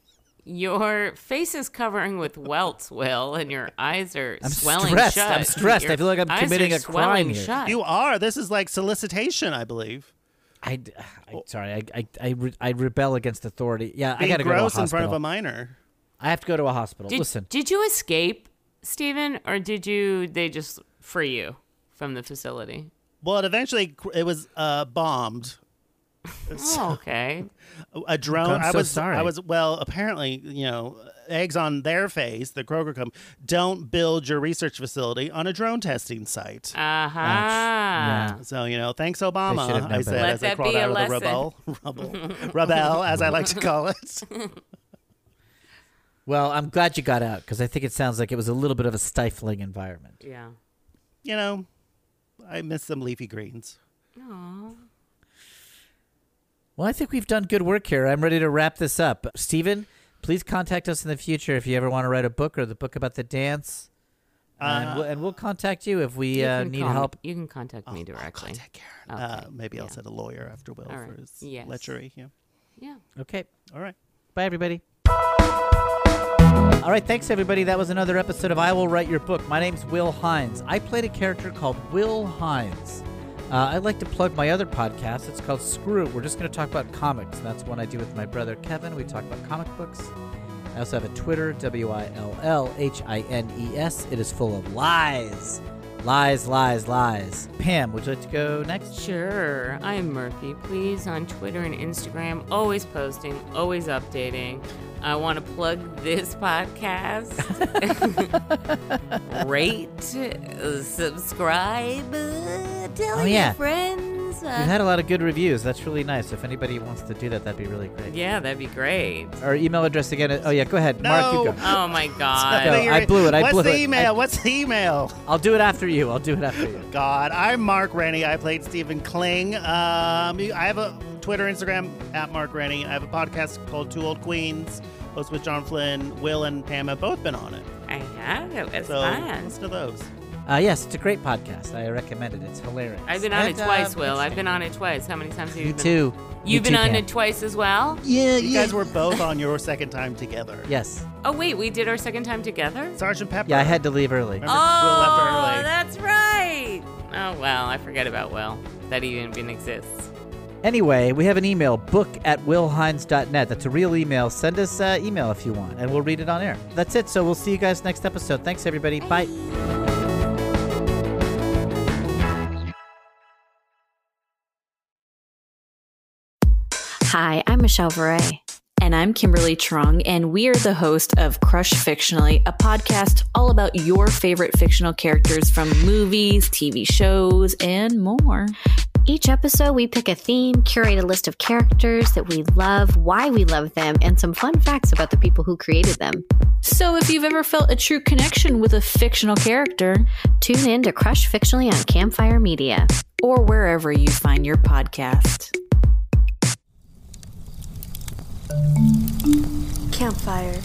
C: your face is covering with welts, Will, and your eyes are
B: I'm
C: swelling
B: stressed.
C: shut.
B: I'm stressed. I
C: Your
B: feel like I'm
C: eyes are
B: committing a crime
C: swelling
B: here.
C: Shut.
D: You are. This is like solicitation, I believe.
B: I, d- I- sorry, I I I, re- I rebel against authority. Yeah, I
D: Being
B: gotta go to a
D: gross
B: hospital.
D: in front of a minor.
B: I have to go to a hospital.
C: Did,
B: Listen,
C: Did you escape, Stephen, or did you? They just free you from the facility.
D: Well, it eventually cr- it was uh, bombed.
C: Oh, okay.
D: A drone.
B: I'm
D: I
B: so
D: was.
B: sorry.
D: I was. Well, apparently, you know, eggs on their face. The Kroger come. Don't build your research facility on a drone testing site.
C: Uh huh.
D: So you know, thanks
B: They should have
D: Obama.
B: known
D: I said
B: better.
D: as
C: Let
D: I
C: that
D: crawled
C: be a
D: out of the
C: lesson.
D: rubble, rubble, rubble, as I like to call it.
B: well, I'm glad you got out because I think it sounds like it was a little bit of a stifling environment.
C: Yeah.
D: You know, I miss some leafy greens.
B: Well, I think we've done good work here. I'm ready to wrap this up. Stephen, please contact us in the future if you ever want to write a book or the book about the dance. and, we'll, and we'll contact you Uh, if we
C: You
B: uh,
C: can
B: need
C: call me-
B: help.
C: You can contact me directly.
D: Contact Karen. Uh,
C: Okay,
D: maybe I'll
C: yeah.
D: set a lawyer after Will
C: All right,
D: for his
C: yes.
D: lechery. Yeah.
C: Yeah.
B: Okay.
D: All right.
B: Bye, everybody. All right, thanks, everybody. That was another episode of I Will Write Your Book. My name's Will Hines. I played a character called Will Hines. Uh, I'd like to plug my other podcast. It's called Screw It. We're just going to talk about comics. That's one I do with my brother Kevin. We talk about comic books. I also have a Twitter, W I L L H I N E S. It is full of lies. Lies, lies, lies. Pam, would you like to go next?
C: Sure. I am Murphy. Please on Twitter and Instagram. Always posting, always updating. I want to plug this podcast. Rate, uh, subscribe, uh, tell
B: Oh,
C: your
B: yeah.
C: friends. uh,
B: We've had a lot of good reviews. That's really nice. If anybody wants to do that, that'd be really great.
C: yeah, that'd be great.
B: Our email address again. Is, oh yeah, go ahead, Mark. You
D: No.
B: go.
C: Oh my
B: Uh, No,
C: god.
D: But you're-
B: I blew it, I
D: What's
B: blew
D: the
B: it.
D: email?
B: I-
D: What's the email?
B: I'll do it after you. I'll do it after you.
D: God, I'm Mark Rennie. I played Stephen Kling. Um, you- I have a Twitter, Instagram at Mark Rennie. I have a podcast called Two Old Queens, hosted with John Flynn, Will, and Pam have both been on it.
C: I have it. It's
D: So
C: fun.
D: listen to those.
B: Uh, yes, it's a great podcast. I recommend it. It's hilarious.
C: I've been on
B: And,
C: it twice,
B: um,
C: Will. I've been on it twice. How many times have you
B: You
C: been?
B: too. You
C: You've been
B: too,
C: on
B: Pam.
C: it twice as well?
D: Yeah, you guys were both on your second time together.
B: Yes.
C: Oh wait, we did our second time together?
D: Sergeant Pepper.
B: Yeah, I had to leave early.
D: Remember, Will left
C: Oh,
D: early.
C: that's right. Oh well, I forget about Will. That he even exists.
B: Anyway, we have an email, book at willhines.net. That's a real email. Send us uh, email if you want, and we'll read it on air. That's it. So we'll see you guys next episode. Thanks, everybody. Bye.
F: Hi, I'm Michelle Varay. And I'm Kimberly Trung, and we are the host of Crush Fictionally, a podcast all about your favorite fictional characters from movies, TV shows, and more.
G: Each episode, we pick a theme, curate a list of characters that we love, why we love them, and some fun facts about the people who created them.
F: So if you've ever felt a true connection with a fictional character,
G: Tune in to Crush Fictionally on Campfire Media.
F: or wherever you find your podcast.
H: Campfire.